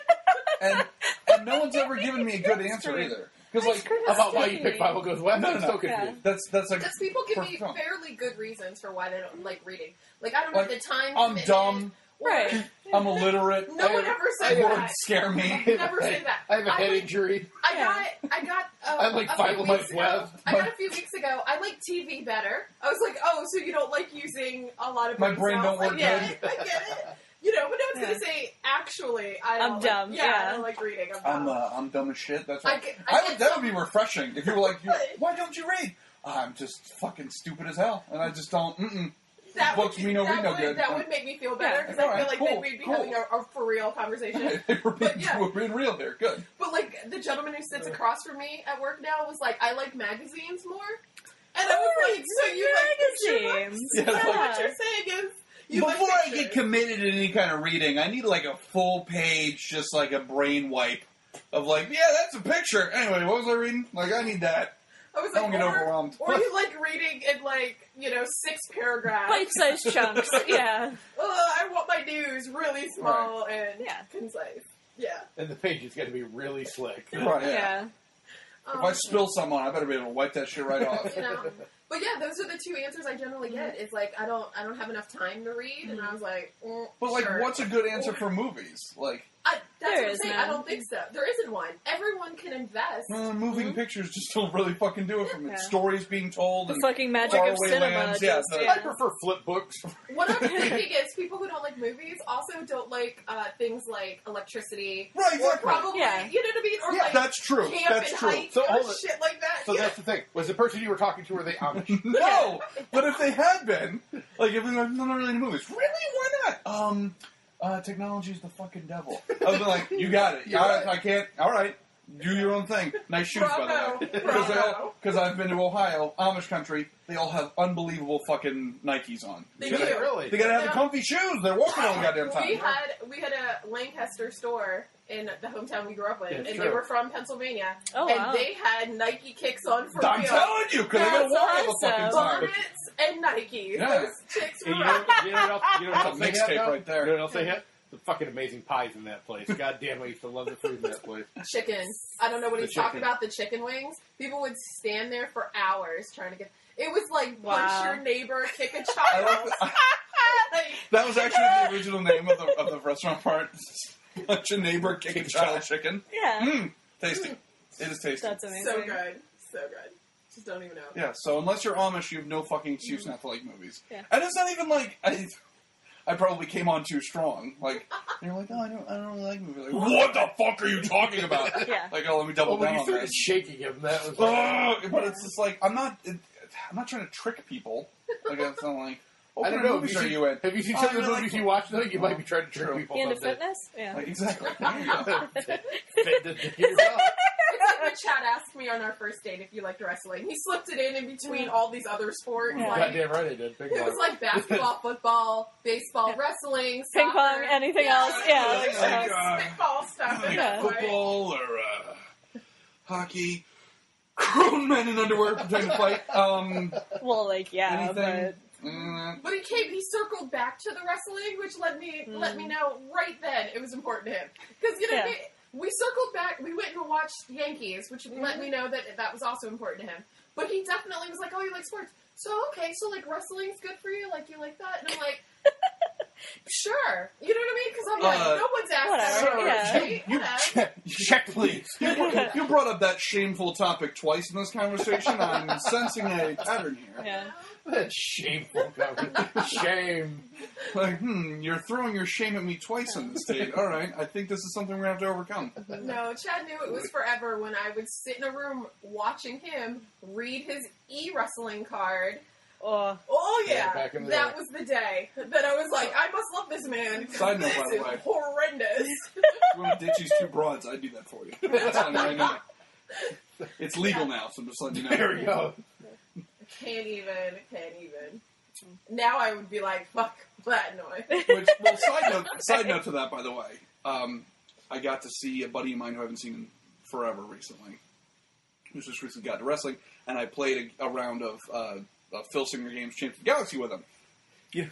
Speaker 5: and and no one's ever given me a good answer either. Because like
Speaker 4: about why you pick Bible Goes West,
Speaker 5: No, no,
Speaker 4: I'm
Speaker 5: no.
Speaker 4: so confused.
Speaker 5: that's that's like
Speaker 7: Because people give me
Speaker 5: Perfect.
Speaker 7: fairly good reasons for why they don't like reading. Like I don't have
Speaker 5: Like,
Speaker 7: the time.
Speaker 5: I'm
Speaker 7: commitment,
Speaker 5: dumb.
Speaker 7: or-
Speaker 6: Right.
Speaker 5: I'm illiterate.
Speaker 7: No one ever said
Speaker 5: Words
Speaker 7: that.
Speaker 5: scare me.
Speaker 7: [LAUGHS] Never say that.
Speaker 4: I have a
Speaker 7: I
Speaker 4: head
Speaker 7: would-
Speaker 4: injury.
Speaker 7: I
Speaker 6: Yeah.
Speaker 7: got I got uh,
Speaker 4: I like
Speaker 7: a few
Speaker 4: Bible
Speaker 7: weeks
Speaker 4: Mice
Speaker 7: ago-
Speaker 4: Web.
Speaker 7: I got a few weeks ago. I like TV better. I was like, oh, so you don't like using a lot of
Speaker 5: My
Speaker 7: brain
Speaker 5: brain
Speaker 7: cells.
Speaker 5: don't
Speaker 7: I
Speaker 5: work
Speaker 7: get
Speaker 5: good.
Speaker 7: it. I get it. You know, but no one's gonna
Speaker 6: Yeah.
Speaker 7: say actually. I don't
Speaker 6: I'm
Speaker 7: like,
Speaker 6: dumb,
Speaker 7: Yeah,
Speaker 6: yeah.
Speaker 7: I don't like reading. I'm dumb.
Speaker 5: I'm uh, I'm dumb as shit. That's
Speaker 7: I
Speaker 5: right.
Speaker 7: get-
Speaker 5: I,
Speaker 7: I
Speaker 5: would,
Speaker 7: get
Speaker 5: that would be refreshing if you were like, you, why don't you read? I'm just fucking stupid as hell, and I just don't. Mm-mm.
Speaker 7: that
Speaker 5: books
Speaker 7: would,
Speaker 5: we know
Speaker 7: that
Speaker 5: we know
Speaker 7: would,
Speaker 5: good.
Speaker 7: That would make me feel
Speaker 6: Yeah.
Speaker 7: better because I
Speaker 5: Alright,
Speaker 7: feel like
Speaker 5: cool,
Speaker 7: then we'd be
Speaker 5: cool.
Speaker 7: having a, a for real
Speaker 5: [LAUGHS]
Speaker 7: conversation.
Speaker 5: we're, being,
Speaker 7: But yeah.
Speaker 5: we're being real there. Good.
Speaker 7: But like the gentleman who sits across from me at work now was like, I like magazines more. And I was
Speaker 6: Oh,
Speaker 7: like, so you like picture
Speaker 6: magazines.
Speaker 7: books?
Speaker 5: Yeah,
Speaker 7: So
Speaker 6: like-
Speaker 7: what you're saying is you
Speaker 5: Before
Speaker 7: like
Speaker 5: I
Speaker 7: pictures.
Speaker 5: get committed to any kind of reading, I need like a full page, just like a brain wipe of like, yeah, that's a picture. Anyway, what was I reading? Like, I need that.
Speaker 7: I was
Speaker 5: I
Speaker 7: like,
Speaker 5: don't get
Speaker 7: or,
Speaker 5: overwhelmed.
Speaker 7: Or
Speaker 5: [LAUGHS]
Speaker 7: you like reading in like you know six
Speaker 4: [LAUGHS]
Speaker 7: paragraphs.
Speaker 6: Bite-sized chunks. Yeah.
Speaker 7: Ugh, I want my news really small and
Speaker 6: Yeah.
Speaker 7: concise. Yeah.
Speaker 4: and the page is going to be really slick.
Speaker 5: Right, yeah.
Speaker 6: yeah.
Speaker 5: If
Speaker 7: Um,
Speaker 5: I spill some on, it, I better be able to wipe that shit right
Speaker 7: [LAUGHS]
Speaker 5: off.
Speaker 7: you know. But yeah, those are the two answers I generally get. It's like I don't, I don't have enough time to read, and
Speaker 6: Mm-hmm.
Speaker 7: I was like, mm,
Speaker 5: But like,
Speaker 7: sure.
Speaker 5: what's a good answer for movies? Like,
Speaker 7: I, that's
Speaker 6: There
Speaker 7: what I'm
Speaker 6: is
Speaker 7: saying.
Speaker 6: none.
Speaker 7: I don't think so. There isn't one. Everyone can invest.
Speaker 5: uh, moving
Speaker 7: Mm-hmm.
Speaker 5: pictures just don't really fucking do it for me.
Speaker 6: Yeah.
Speaker 5: Stories being told,
Speaker 6: The
Speaker 5: and
Speaker 6: fucking magic of
Speaker 5: Faraway
Speaker 6: cinema.
Speaker 5: lands, yeah,
Speaker 6: just,
Speaker 5: the-
Speaker 4: I
Speaker 6: yeah.
Speaker 4: prefer flip books.
Speaker 5: [LAUGHS]
Speaker 7: What I'm thinking is people who don't like movies also don't like uh, things like electricity.
Speaker 5: Right,
Speaker 7: Or
Speaker 5: exactly.
Speaker 7: probably,
Speaker 6: Yeah.
Speaker 7: you know what I mean? Or
Speaker 5: yeah,
Speaker 7: like
Speaker 5: that's true.
Speaker 7: camp
Speaker 5: That's
Speaker 7: and
Speaker 5: true.
Speaker 7: hike
Speaker 4: So
Speaker 7: or
Speaker 4: hold it.
Speaker 7: shit like that.
Speaker 4: So
Speaker 7: yeah.
Speaker 4: that's the thing. Was the person you were talking to were they Amish?
Speaker 5: No, but if they had been, like, if they were not really into movies, really, why not? Um, uh, technology is the fucking devil. I would be like, you got it.
Speaker 4: You're
Speaker 5: All right,
Speaker 4: right.
Speaker 5: I can't. All right, do your own thing. Nice shoes,
Speaker 7: Bravo,
Speaker 5: by the way.
Speaker 7: bravo.
Speaker 5: Because I've been to Ohio, Amish country. They all have unbelievable fucking Nikes on.
Speaker 7: They
Speaker 5: You gotta-
Speaker 7: do.
Speaker 4: really?
Speaker 5: [LAUGHS] They [LAUGHS] gotta have the
Speaker 7: Yeah.
Speaker 5: comfy shoes. They're walking all the goddamn time.
Speaker 7: We had we had a Lancaster store in the hometown we grew up in,
Speaker 4: Yeah,
Speaker 7: and they
Speaker 4: sure.
Speaker 7: were from Pennsylvania,
Speaker 6: Oh,
Speaker 7: and
Speaker 6: wow.
Speaker 7: they had Nike kicks on for
Speaker 5: I'm
Speaker 7: real.
Speaker 5: telling you, because they gotta
Speaker 6: That's
Speaker 5: walk all the
Speaker 6: awesome.
Speaker 5: fucking time.
Speaker 7: Bonnets and Nikes.
Speaker 5: Yeah.
Speaker 7: Those chicks
Speaker 4: And
Speaker 7: were
Speaker 4: you know, you know what else, you know what
Speaker 5: That's a
Speaker 4: else they had,
Speaker 5: mixtape
Speaker 4: though?
Speaker 5: right there.
Speaker 4: You know what else they had? The fucking amazing pies in that place. God damn, I used to love the food in that place.
Speaker 7: [LAUGHS] chicken. I don't know what
Speaker 4: The
Speaker 7: he's talking
Speaker 4: chicken.
Speaker 7: about. The chicken wings. People would stand there for hours trying to get. It was like
Speaker 6: Wow.
Speaker 7: punch your neighbor, kick
Speaker 5: [LAUGHS]
Speaker 7: a
Speaker 5: I like
Speaker 7: [LAUGHS] child.
Speaker 5: the-
Speaker 7: like,
Speaker 5: That was actually the original name of the, of the restaurant part. [LAUGHS] Bunch of neighbor kick a child chicken.
Speaker 6: yeah.
Speaker 5: Mmm, tasty. It is tasty.
Speaker 6: Mm. That's amazing.
Speaker 7: so good, so good. Just don't even know.
Speaker 5: yeah, so unless you're Amish, you have no fucking excuse not to like movies.
Speaker 6: Yeah.
Speaker 5: And it's not even like I, I probably came on too strong. Like you're like, oh, I don't, I don't really like movies. Like, what the fuck are you talking about?
Speaker 6: [LAUGHS] Yeah.
Speaker 5: Like, oh, let me double
Speaker 4: Well, when
Speaker 5: down
Speaker 4: you
Speaker 5: on that. Oh,
Speaker 4: started shaking him, that was
Speaker 5: Ugh, but it's just like I'm not, it, I'm not trying to trick people. Like it's not like. What
Speaker 4: I
Speaker 5: kind
Speaker 4: don't
Speaker 5: of
Speaker 4: know.
Speaker 5: movies
Speaker 4: have
Speaker 5: are you in?
Speaker 4: Have you seen
Speaker 5: Oh,
Speaker 4: some of
Speaker 5: you know,
Speaker 4: the
Speaker 5: I
Speaker 4: movies
Speaker 5: can't-
Speaker 4: you watch? Though you
Speaker 5: No.
Speaker 4: might be trying to trick
Speaker 5: True.
Speaker 4: people.
Speaker 6: Into
Speaker 4: someday.
Speaker 6: fitness? Yeah.
Speaker 5: Like exactly.
Speaker 4: [LAUGHS]
Speaker 5: There you
Speaker 6: [LAUGHS]
Speaker 5: go.
Speaker 4: Fit to dig yourself.
Speaker 7: It's like when Chad asked me on our first date if you liked wrestling. He slipped it in in between all these other sports.
Speaker 6: Yeah.
Speaker 7: Like,
Speaker 4: Goddamn right I did. Big
Speaker 7: it was
Speaker 4: one.
Speaker 7: like basketball, football, baseball, wrestling,
Speaker 6: Ping pong,
Speaker 7: soccer.
Speaker 6: anything else? Yeah.
Speaker 5: Like,
Speaker 6: there's no-
Speaker 5: uh,
Speaker 7: spitball stuff.
Speaker 5: like
Speaker 6: Yeah.
Speaker 5: football or uh, hockey. Grown men in underwear pretending to fight. Um,
Speaker 6: Well, like, yeah,
Speaker 5: anything? Mm,
Speaker 7: But he came. He circled back to the wrestling, which let me let me know right then it was important to him because you know
Speaker 6: Mm. Yeah.
Speaker 7: we, we circled back. We went and watched Yankees, which
Speaker 6: Mm-hmm.
Speaker 7: let me know that that was also important to him. But he definitely was like, "Oh, you like sports? So okay, so like wrestling's good for you. Like you like that?" And
Speaker 6: [LAUGHS]
Speaker 7: I'm like. Sure, you know what I mean? Because I'm like,
Speaker 5: Uh,
Speaker 7: no one's asked
Speaker 6: whatever,
Speaker 7: that.
Speaker 6: yeah.
Speaker 7: right?
Speaker 5: You, you
Speaker 7: Whatever.
Speaker 5: check,
Speaker 4: [LAUGHS]
Speaker 5: check, please. You, you brought up that shameful topic twice in this conversation. I'm sensing a pattern here.
Speaker 6: but yeah.
Speaker 4: That's shameful. Kevin. Shame.
Speaker 5: Like, hmm, you're throwing your shame at me twice on this date. All right, I think this is something we're gonna have to overcome.
Speaker 7: No, Chad knew it was forever when I would sit in a room watching him read his e wrestling card
Speaker 6: Oh,
Speaker 7: Oh yeah,
Speaker 4: Yeah, back in the
Speaker 7: that
Speaker 4: day.
Speaker 7: was the day that I was like, I must love this man. 'cause
Speaker 5: Side note,
Speaker 7: this
Speaker 5: by the
Speaker 7: is
Speaker 5: way.
Speaker 7: horrendous.
Speaker 5: If you want to ditch these two broads, I'd do that for you. That's fine, I know. It's legal now, so I'm just letting you know.
Speaker 4: There we go.
Speaker 7: can't even, can't even. Now I would be like, fuck that noise.
Speaker 5: Which, well, side note, side note to that, by the way, um, I got to see a buddy of mine who I haven't seen in forever recently, who's just recently got to wrestling, and I played a, a round of, uh, of Phil Singer Games Champions of the Galaxy with him.
Speaker 4: You,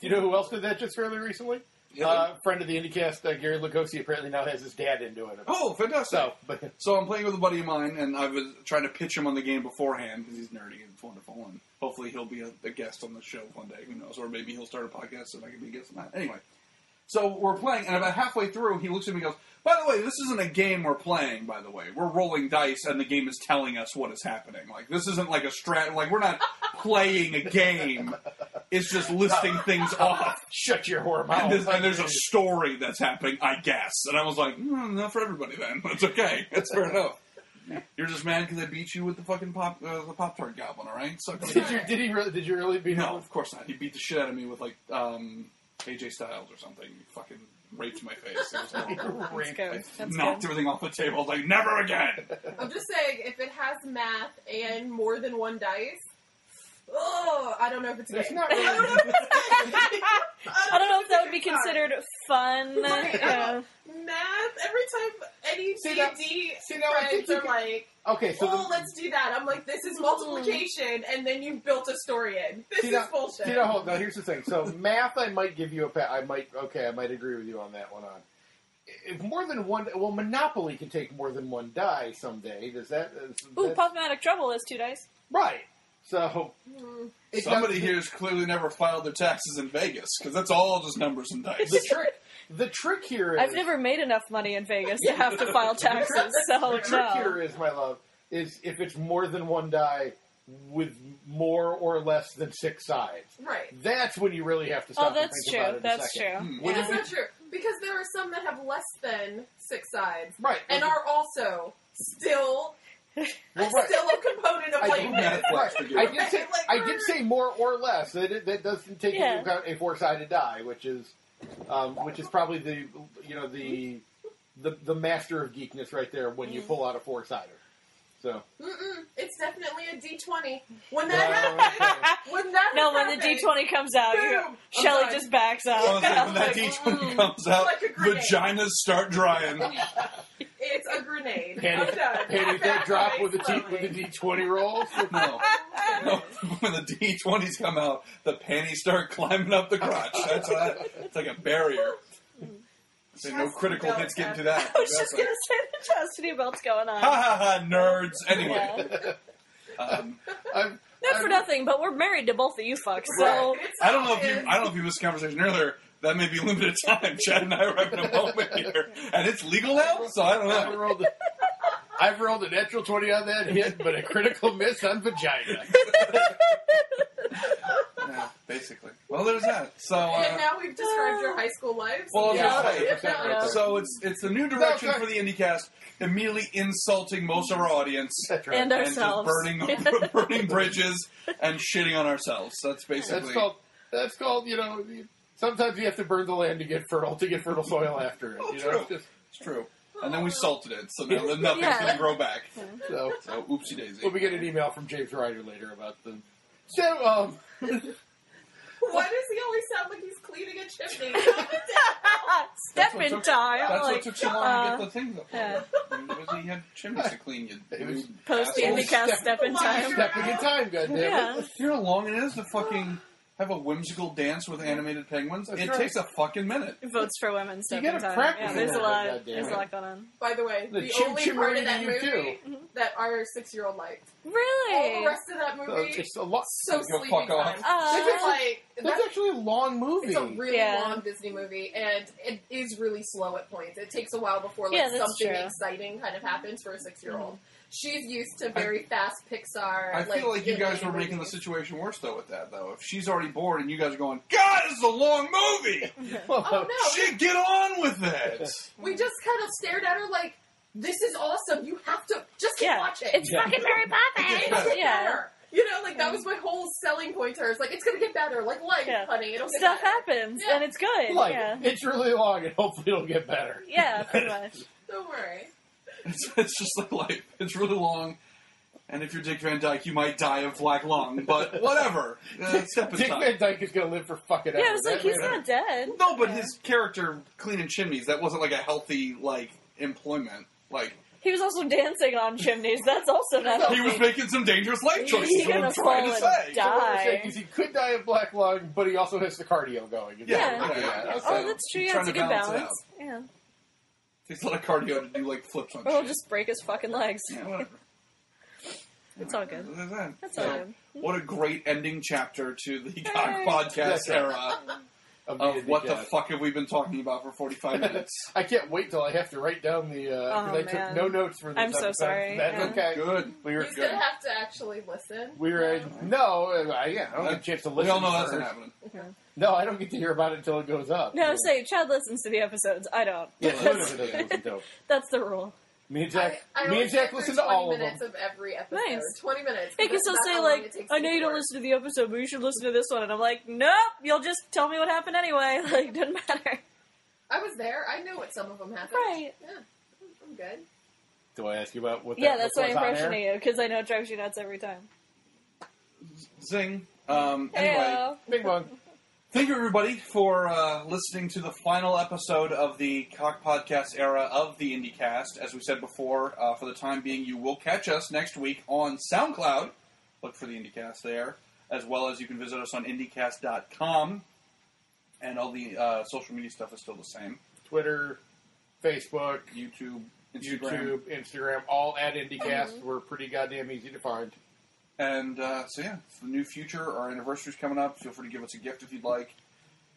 Speaker 4: you know who else did that just fairly recently? Uh, friend of the IndyCast, uh, Gary Lugosi, apparently now has his dad into it.
Speaker 5: oh, fantastic!
Speaker 4: So, but [LAUGHS]
Speaker 5: So I'm playing with a buddy of mine, and I was trying to pitch him on the game beforehand because he's nerdy and wonderful, and hopefully he'll be a, a guest on the show one day. Who knows? Or maybe he'll start a podcast and I can be a guest on that. Anyway, so we're playing, and about halfway through, he looks at me and goes, "By the way, this isn't a game we're playing. By the way, we're rolling dice, and the game is telling us what is happening. Like this isn't like a strat. Like we're not playing a game. It's just listing things off."
Speaker 4: shut your whore
Speaker 5: And
Speaker 4: mouth.
Speaker 5: there's, and there's a story that's happening, I guess. And I was like, mm, not for everybody then. [LAUGHS] That's okay. That's fair enough. You're just mad because I beat you with the fucking pop uh, the pop tart goblin, all right? So
Speaker 4: Did you did he really did you really beat
Speaker 5: no,
Speaker 4: him?
Speaker 5: of course not. He beat the shit out of me with like um, AJ Styles or something. He fucking raped my face. It was
Speaker 4: [LAUGHS]
Speaker 5: horrible.
Speaker 6: that's good. That's
Speaker 5: knocked
Speaker 6: good.
Speaker 5: everything off the table. I was like, never again.
Speaker 7: I'm just saying, if it has math and more than one dice, oh, I don't know if it's
Speaker 4: There's
Speaker 7: gay. [LAUGHS]
Speaker 4: not
Speaker 7: I don't know if it's gay.
Speaker 6: I don't know if that would be
Speaker 7: it's a good sign.
Speaker 6: considered fun.
Speaker 7: Right.
Speaker 6: Yeah.
Speaker 7: math. Every time any
Speaker 4: See,
Speaker 7: D
Speaker 4: that-
Speaker 7: and D
Speaker 4: see, now I think
Speaker 7: friends
Speaker 4: you
Speaker 7: are
Speaker 4: can-
Speaker 7: like.
Speaker 4: Okay, so
Speaker 7: oh,
Speaker 4: the,
Speaker 7: let's do that. I'm like, this is multiplication, and then you built a story in. This
Speaker 4: See,
Speaker 7: is
Speaker 4: now-
Speaker 7: bullshit.
Speaker 4: See, now, hold, now here's the thing. So math, I might give you a pa- I might okay, I might agree with you on that one. On if more than one, well, Monopoly can take more than one die someday. Does that? is
Speaker 6: Ooh,
Speaker 4: that-
Speaker 6: Puffmatic Trouble has two dice.
Speaker 4: right. So
Speaker 7: Hmm.
Speaker 4: it
Speaker 5: Somebody
Speaker 4: does-
Speaker 5: here's clearly never filed their taxes in Vegas because that's all just numbers and dice.
Speaker 4: The
Speaker 7: [LAUGHS]
Speaker 4: trick, the trick here is
Speaker 6: I've never made enough money in Vegas to have to
Speaker 4: [LAUGHS]
Speaker 6: file taxes,
Speaker 4: the
Speaker 6: so
Speaker 4: trick
Speaker 6: no.
Speaker 4: here is, my love, is if it's more than one die with more or less than six sides.
Speaker 7: Right.
Speaker 4: That's when you really have to stop.
Speaker 6: Oh, that's
Speaker 4: and think about it
Speaker 6: true.
Speaker 4: in a
Speaker 6: That's
Speaker 4: second.
Speaker 5: Hmm.
Speaker 6: true.
Speaker 4: When
Speaker 7: That's
Speaker 4: you-
Speaker 7: not true. Because there are some that have less than six sides
Speaker 4: Right.
Speaker 7: and are also still
Speaker 4: Well, right.
Speaker 7: still a component of
Speaker 4: I
Speaker 7: like
Speaker 4: do
Speaker 5: Math flex
Speaker 4: Right.
Speaker 5: together.
Speaker 4: I did say
Speaker 7: Like,
Speaker 4: I did
Speaker 7: we're-
Speaker 4: say more or less. That it, that doesn't take
Speaker 6: Yeah.
Speaker 4: into account a four sided die, which is um, which is probably the you know the the the master of geekness right there when
Speaker 6: Mm.
Speaker 4: you pull out a four sided. So
Speaker 7: Mm-mm, it's definitely a D twenty. When that
Speaker 4: well,
Speaker 7: happens,
Speaker 4: okay.
Speaker 7: when that
Speaker 6: No, when the
Speaker 7: happens,
Speaker 6: D20 comes out, you go,
Speaker 7: Boom! I'm
Speaker 6: Shelly
Speaker 7: done. Mm.
Speaker 6: just backs
Speaker 5: I was
Speaker 6: [LAUGHS]
Speaker 5: like,
Speaker 6: out.
Speaker 5: when that
Speaker 6: Like, mm,
Speaker 5: D20 comes out,
Speaker 7: Like a grenade.
Speaker 5: vaginas start drying.
Speaker 7: it's a grenade.
Speaker 4: Penny,
Speaker 7: I'm done.
Speaker 4: Penny, that
Speaker 7: Back
Speaker 4: drop
Speaker 7: away
Speaker 4: with the D,
Speaker 7: slowly.
Speaker 4: with the D twenty roll.
Speaker 5: No. no. [LAUGHS] When the D20s come out, the panties start climbing up the crotch. That's what I, it's like a barrier. So no
Speaker 7: Just
Speaker 5: critical
Speaker 7: don't
Speaker 5: hits getting to
Speaker 7: have-
Speaker 5: that.
Speaker 6: [LAUGHS] I was just gonna say the chastity belt's going
Speaker 5: ha
Speaker 6: on.
Speaker 5: ha ha, nerds. Anyway.
Speaker 6: Yeah.
Speaker 5: Um,
Speaker 4: I'm,
Speaker 6: Not for
Speaker 4: I'm-
Speaker 6: nothing, but we're married to both of you fucks, so
Speaker 7: Right. It's
Speaker 5: I don't know if you
Speaker 7: obvious.
Speaker 5: I don't know if you missed the conversation earlier. That may be limited [LAUGHS] time. Chad and I are having a moment here. And it's legal now, so I don't
Speaker 4: I've
Speaker 5: know.
Speaker 4: rolled, a, I've rolled a natural twenty on that hit, but a critical miss on vagina.
Speaker 5: Yeah, basically. Well there's that. So
Speaker 7: And
Speaker 5: uh,
Speaker 7: now we've described your high school lives.
Speaker 5: Well,
Speaker 6: Yeah.
Speaker 5: I'll just say-
Speaker 7: [LAUGHS]
Speaker 6: Yeah.
Speaker 5: So it's it's the new direction
Speaker 4: No, sorry.
Speaker 5: for the IndieCast, immediately insulting most of our
Speaker 4: [LAUGHS]
Speaker 5: audience
Speaker 4: That's right.
Speaker 6: and
Speaker 5: and just
Speaker 6: ourselves.
Speaker 5: burning
Speaker 6: [LAUGHS]
Speaker 5: [LAUGHS] burning bridges and shitting on ourselves. That's basically
Speaker 4: That's called. That's called. You know. Sometimes you have to burn the land to get fertile to get fertile soil after it. You know,
Speaker 5: true.
Speaker 4: it's just,
Speaker 5: it's true. And then we salted it, so now nothing's
Speaker 6: Yeah.
Speaker 5: going to grow back.
Speaker 4: so
Speaker 5: So oopsie daisy.
Speaker 4: we'll be getting an email from James Ryder later about the. So um,
Speaker 7: Why does he always sound like he's cleaning a
Speaker 4: [LAUGHS]
Speaker 7: chimney?
Speaker 6: Step
Speaker 5: what
Speaker 6: in
Speaker 5: took-
Speaker 6: uh, time.
Speaker 5: That's
Speaker 6: like,
Speaker 5: what took so long to
Speaker 6: uh,
Speaker 5: get the things up.
Speaker 6: yeah.
Speaker 5: Because he had chimneys to clean. You
Speaker 4: [LAUGHS] It was-
Speaker 5: rude
Speaker 6: Post the
Speaker 5: assholes.
Speaker 4: Indy-
Speaker 6: IndieCast
Speaker 4: Step-
Speaker 6: step in time.
Speaker 4: stepping in time, goddamn it.
Speaker 6: Yeah.
Speaker 5: You know how long it is to fucking have a whimsical dance with animated penguins?
Speaker 4: That's
Speaker 5: it
Speaker 4: right.
Speaker 5: takes a fucking minute.
Speaker 6: Votes for women step in
Speaker 4: gotta
Speaker 6: time.
Speaker 4: practice
Speaker 6: Yeah,
Speaker 4: a
Speaker 6: there's a
Speaker 4: little
Speaker 6: lot.
Speaker 4: bit, goddamn
Speaker 6: There's a
Speaker 4: it.
Speaker 6: lot going on.
Speaker 7: By the way,
Speaker 4: The
Speaker 7: the,
Speaker 4: chim
Speaker 7: only
Speaker 4: chim
Speaker 7: part
Speaker 4: ring
Speaker 7: of that
Speaker 4: to you
Speaker 7: movie Mm-hmm. that our six-year-old liked. All the
Speaker 6: Really?
Speaker 7: rest of that
Speaker 4: So
Speaker 7: movie,
Speaker 4: it's a lot.
Speaker 7: so
Speaker 5: Go
Speaker 7: sleepy
Speaker 5: fuck off.
Speaker 7: time.
Speaker 6: Uh,
Speaker 7: It's like
Speaker 4: That's actually a long movie.
Speaker 7: It's a really
Speaker 6: Yeah.
Speaker 7: long Disney movie, and it is really slow at points. It takes a while before like
Speaker 6: Yeah, that's
Speaker 7: something
Speaker 6: true. Mm-hmm.
Speaker 7: exciting kind of happens for a six-year-old. She's used to very fast Pixar.
Speaker 5: I feel like you guys
Speaker 7: animated
Speaker 5: were making the
Speaker 7: movies.
Speaker 5: situation worse though with that though. If she's already bored and you guys are going, God, this is a long movie.
Speaker 4: Well,
Speaker 7: Oh no!
Speaker 5: Shit, get on
Speaker 4: [LAUGHS]
Speaker 5: with it.
Speaker 7: We just kind of stared at her like, "This is awesome. You have to just keep
Speaker 6: yeah.
Speaker 7: watch it.
Speaker 6: It's
Speaker 4: Yeah.
Speaker 6: fucking Mary
Speaker 7: It's
Speaker 6: Poppins.
Speaker 7: gonna get
Speaker 6: yeah. Mm-hmm.
Speaker 7: better." You know, like that was my whole selling point to her. It's like it's gonna get better, like life,
Speaker 6: Yeah.
Speaker 7: honey. It'll get
Speaker 6: Stuff
Speaker 7: better.
Speaker 6: happens
Speaker 7: Yeah.
Speaker 6: and it's good.
Speaker 4: like
Speaker 6: yeah.
Speaker 4: it's really long, and hopefully it'll get better.
Speaker 6: Yeah, pretty much.
Speaker 7: Don't worry.
Speaker 5: [LAUGHS] It's, it's just like life. It's really long. And if you're Dick Van Dyke, you might die of black lung, [LAUGHS] but whatever. Uh, step
Speaker 4: Dick
Speaker 5: aside.
Speaker 4: Van Dyke is gonna live for fucking
Speaker 6: Yeah,
Speaker 4: ever.
Speaker 6: I was like,
Speaker 4: That
Speaker 6: he's
Speaker 4: man-
Speaker 6: not dead.
Speaker 5: No, but
Speaker 6: Yeah.
Speaker 5: his character cleaning chimneys, that wasn't like a healthy like employment. Like
Speaker 6: He was also dancing on chimneys. That's also not
Speaker 5: he was
Speaker 6: healthy.
Speaker 5: making some dangerous life
Speaker 6: He's
Speaker 5: choices. is what
Speaker 6: gonna
Speaker 5: I'm trying to
Speaker 6: fall and
Speaker 5: say.
Speaker 4: So what I'm saying
Speaker 6: die.
Speaker 4: is he could die of black lung, but he also has the cardio going. Is
Speaker 5: Yeah,
Speaker 4: that what you're
Speaker 5: yeah,
Speaker 4: looking at?
Speaker 5: yeah.
Speaker 4: Okay.
Speaker 6: Oh, that's true.
Speaker 5: He's
Speaker 6: Yeah,
Speaker 5: trying
Speaker 6: it's a
Speaker 5: to
Speaker 6: good
Speaker 5: balance it
Speaker 6: balance. Yeah.
Speaker 5: Takes a lot of cardio to do like flips on
Speaker 6: Or he'll
Speaker 5: shit.
Speaker 6: just break his fucking legs.
Speaker 5: Yeah, whatever.
Speaker 6: It's all good.
Speaker 5: That's it.
Speaker 6: That's
Speaker 5: So,
Speaker 6: all good.
Speaker 5: What a great ending chapter to the cock
Speaker 6: Yay.
Speaker 5: podcast
Speaker 4: That's right.
Speaker 5: [LAUGHS] era
Speaker 4: Of
Speaker 5: of
Speaker 4: being
Speaker 5: what the
Speaker 4: dickhead.
Speaker 5: fuck have we been talking about for 45 [LAUGHS] minutes?
Speaker 4: I can't wait till I have to write down the uh,
Speaker 6: Oh,
Speaker 4: 'cause I took
Speaker 6: man.
Speaker 4: no notes for this.
Speaker 6: I'm so
Speaker 4: episode.
Speaker 6: sorry,
Speaker 4: That's
Speaker 6: yeah.
Speaker 4: okay.
Speaker 5: Good.
Speaker 4: We were
Speaker 7: He's
Speaker 5: good.
Speaker 7: gonna have to actually listen. Um,
Speaker 4: we were in, no, uh, I, yeah, I don't get a chance to listen.
Speaker 5: we all know that's not
Speaker 4: first.
Speaker 5: happening.
Speaker 4: No, I don't get to hear about it until it goes up.
Speaker 6: No,
Speaker 4: Yeah.
Speaker 6: say Chad listens to the episodes. I don't. [LAUGHS]
Speaker 4: yeah,
Speaker 5: Yeah,
Speaker 4: Twitter doesn't listen to it.
Speaker 6: That's the rule.
Speaker 4: Me and
Speaker 7: I,
Speaker 4: Jack,
Speaker 7: I
Speaker 4: me and
Speaker 7: always
Speaker 4: Jack
Speaker 7: sit
Speaker 4: listen
Speaker 7: through
Speaker 4: to all of
Speaker 7: 20
Speaker 4: them.
Speaker 7: minutes of every episode.
Speaker 6: Nice.
Speaker 7: 20 minutes.
Speaker 6: They can
Speaker 7: That's
Speaker 6: still
Speaker 7: about
Speaker 6: say
Speaker 7: how long
Speaker 6: like,
Speaker 7: it takes
Speaker 6: "I
Speaker 7: to
Speaker 6: know you don't
Speaker 7: record.
Speaker 6: listen to the episode, but you should listen to this one." And I'm like, "Nope, you'll just tell me what happened anyway. [LAUGHS] Like, doesn't matter."
Speaker 7: I was there. I know what some of them happened.
Speaker 6: Right.
Speaker 7: Yeah. I'm good.
Speaker 4: Do I ask you about what?
Speaker 6: yeah,
Speaker 4: that,
Speaker 6: that's
Speaker 4: what
Speaker 6: my
Speaker 4: was on
Speaker 6: impression of
Speaker 4: there?
Speaker 6: you because I know it drives you nuts every time.
Speaker 5: Zing. Um, anyway,
Speaker 6: Heyo.
Speaker 4: Big one.
Speaker 5: thank you everybody for uh, listening to the final episode of the Cock Podcast era of the IndieCast. As we said before, uh, for the time being, you will catch us next week on SoundCloud. Look for the IndieCast there, as well as you can visit us on IndieCast.com. And all the uh, social media stuff is still the same.
Speaker 4: Twitter, Facebook,
Speaker 5: YouTube, Instagram,
Speaker 4: YouTube, Instagram, all at IndieCast. We're pretty goddamn easy to find.
Speaker 5: and uh, so yeah, it's the new future. Our anniversary's coming up. Feel free to give us a gift if you'd like.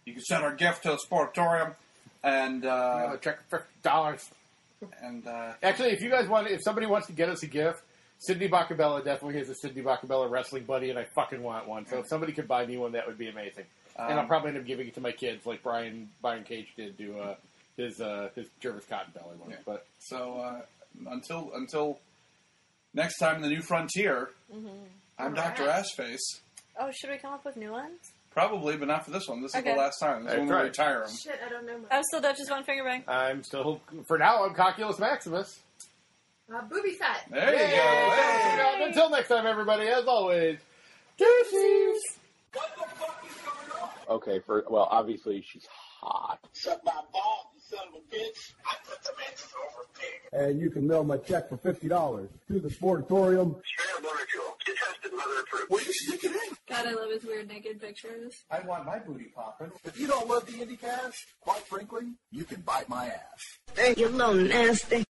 Speaker 5: You can send our gift to the Sportatorium, and uh,
Speaker 4: Uh, check for dollars.
Speaker 5: and uh,
Speaker 4: Actually, if you guys want, if somebody wants to get us a gift, Sydney Bacabella definitely has a Sydney Bacabella wrestling buddy, and I fucking want one. So if somebody could buy me one, that would be amazing. and I'll
Speaker 5: Um,
Speaker 4: probably end up giving it to my kids, like Brian Brian Cage did to uh, his uh, his Jervis Cotton Belly one.
Speaker 5: Yeah.
Speaker 4: But
Speaker 5: So uh, until until next time in the new frontier,
Speaker 4: Mm-hmm.
Speaker 5: I'm Doctor Assface.
Speaker 6: Oh, should we come up with new ones?
Speaker 5: Probably, but not for this one. This is
Speaker 6: Okay.
Speaker 5: the last time. This is
Speaker 4: Hey,
Speaker 5: when we
Speaker 4: try it.
Speaker 5: retire him.
Speaker 7: Shit, I don't know. My,
Speaker 6: I'm still Duchess Von Fingerbang.
Speaker 4: I'm still for now. I'm Cocculus Maximus.
Speaker 7: uh, booby fat.
Speaker 5: There you
Speaker 4: Yay!
Speaker 5: go. Hey.
Speaker 4: And Until next time, everybody. As always, deuces.
Speaker 2: What the fuck is going on?
Speaker 8: Okay, for well, obviously she's hot.
Speaker 2: Suck my balls, you son of a bitch. I put the bitches over pig.
Speaker 9: and you can mail my check for fifty dollars to the Sportatorium,
Speaker 2: Straight up ritual. Just tested mother approved. Where you stick it in?
Speaker 6: God, I love his weird naked pictures.
Speaker 10: I want my booty popping.
Speaker 2: If you don't love the IndyCast, quite frankly, you can bite my ass.
Speaker 11: You little nasty.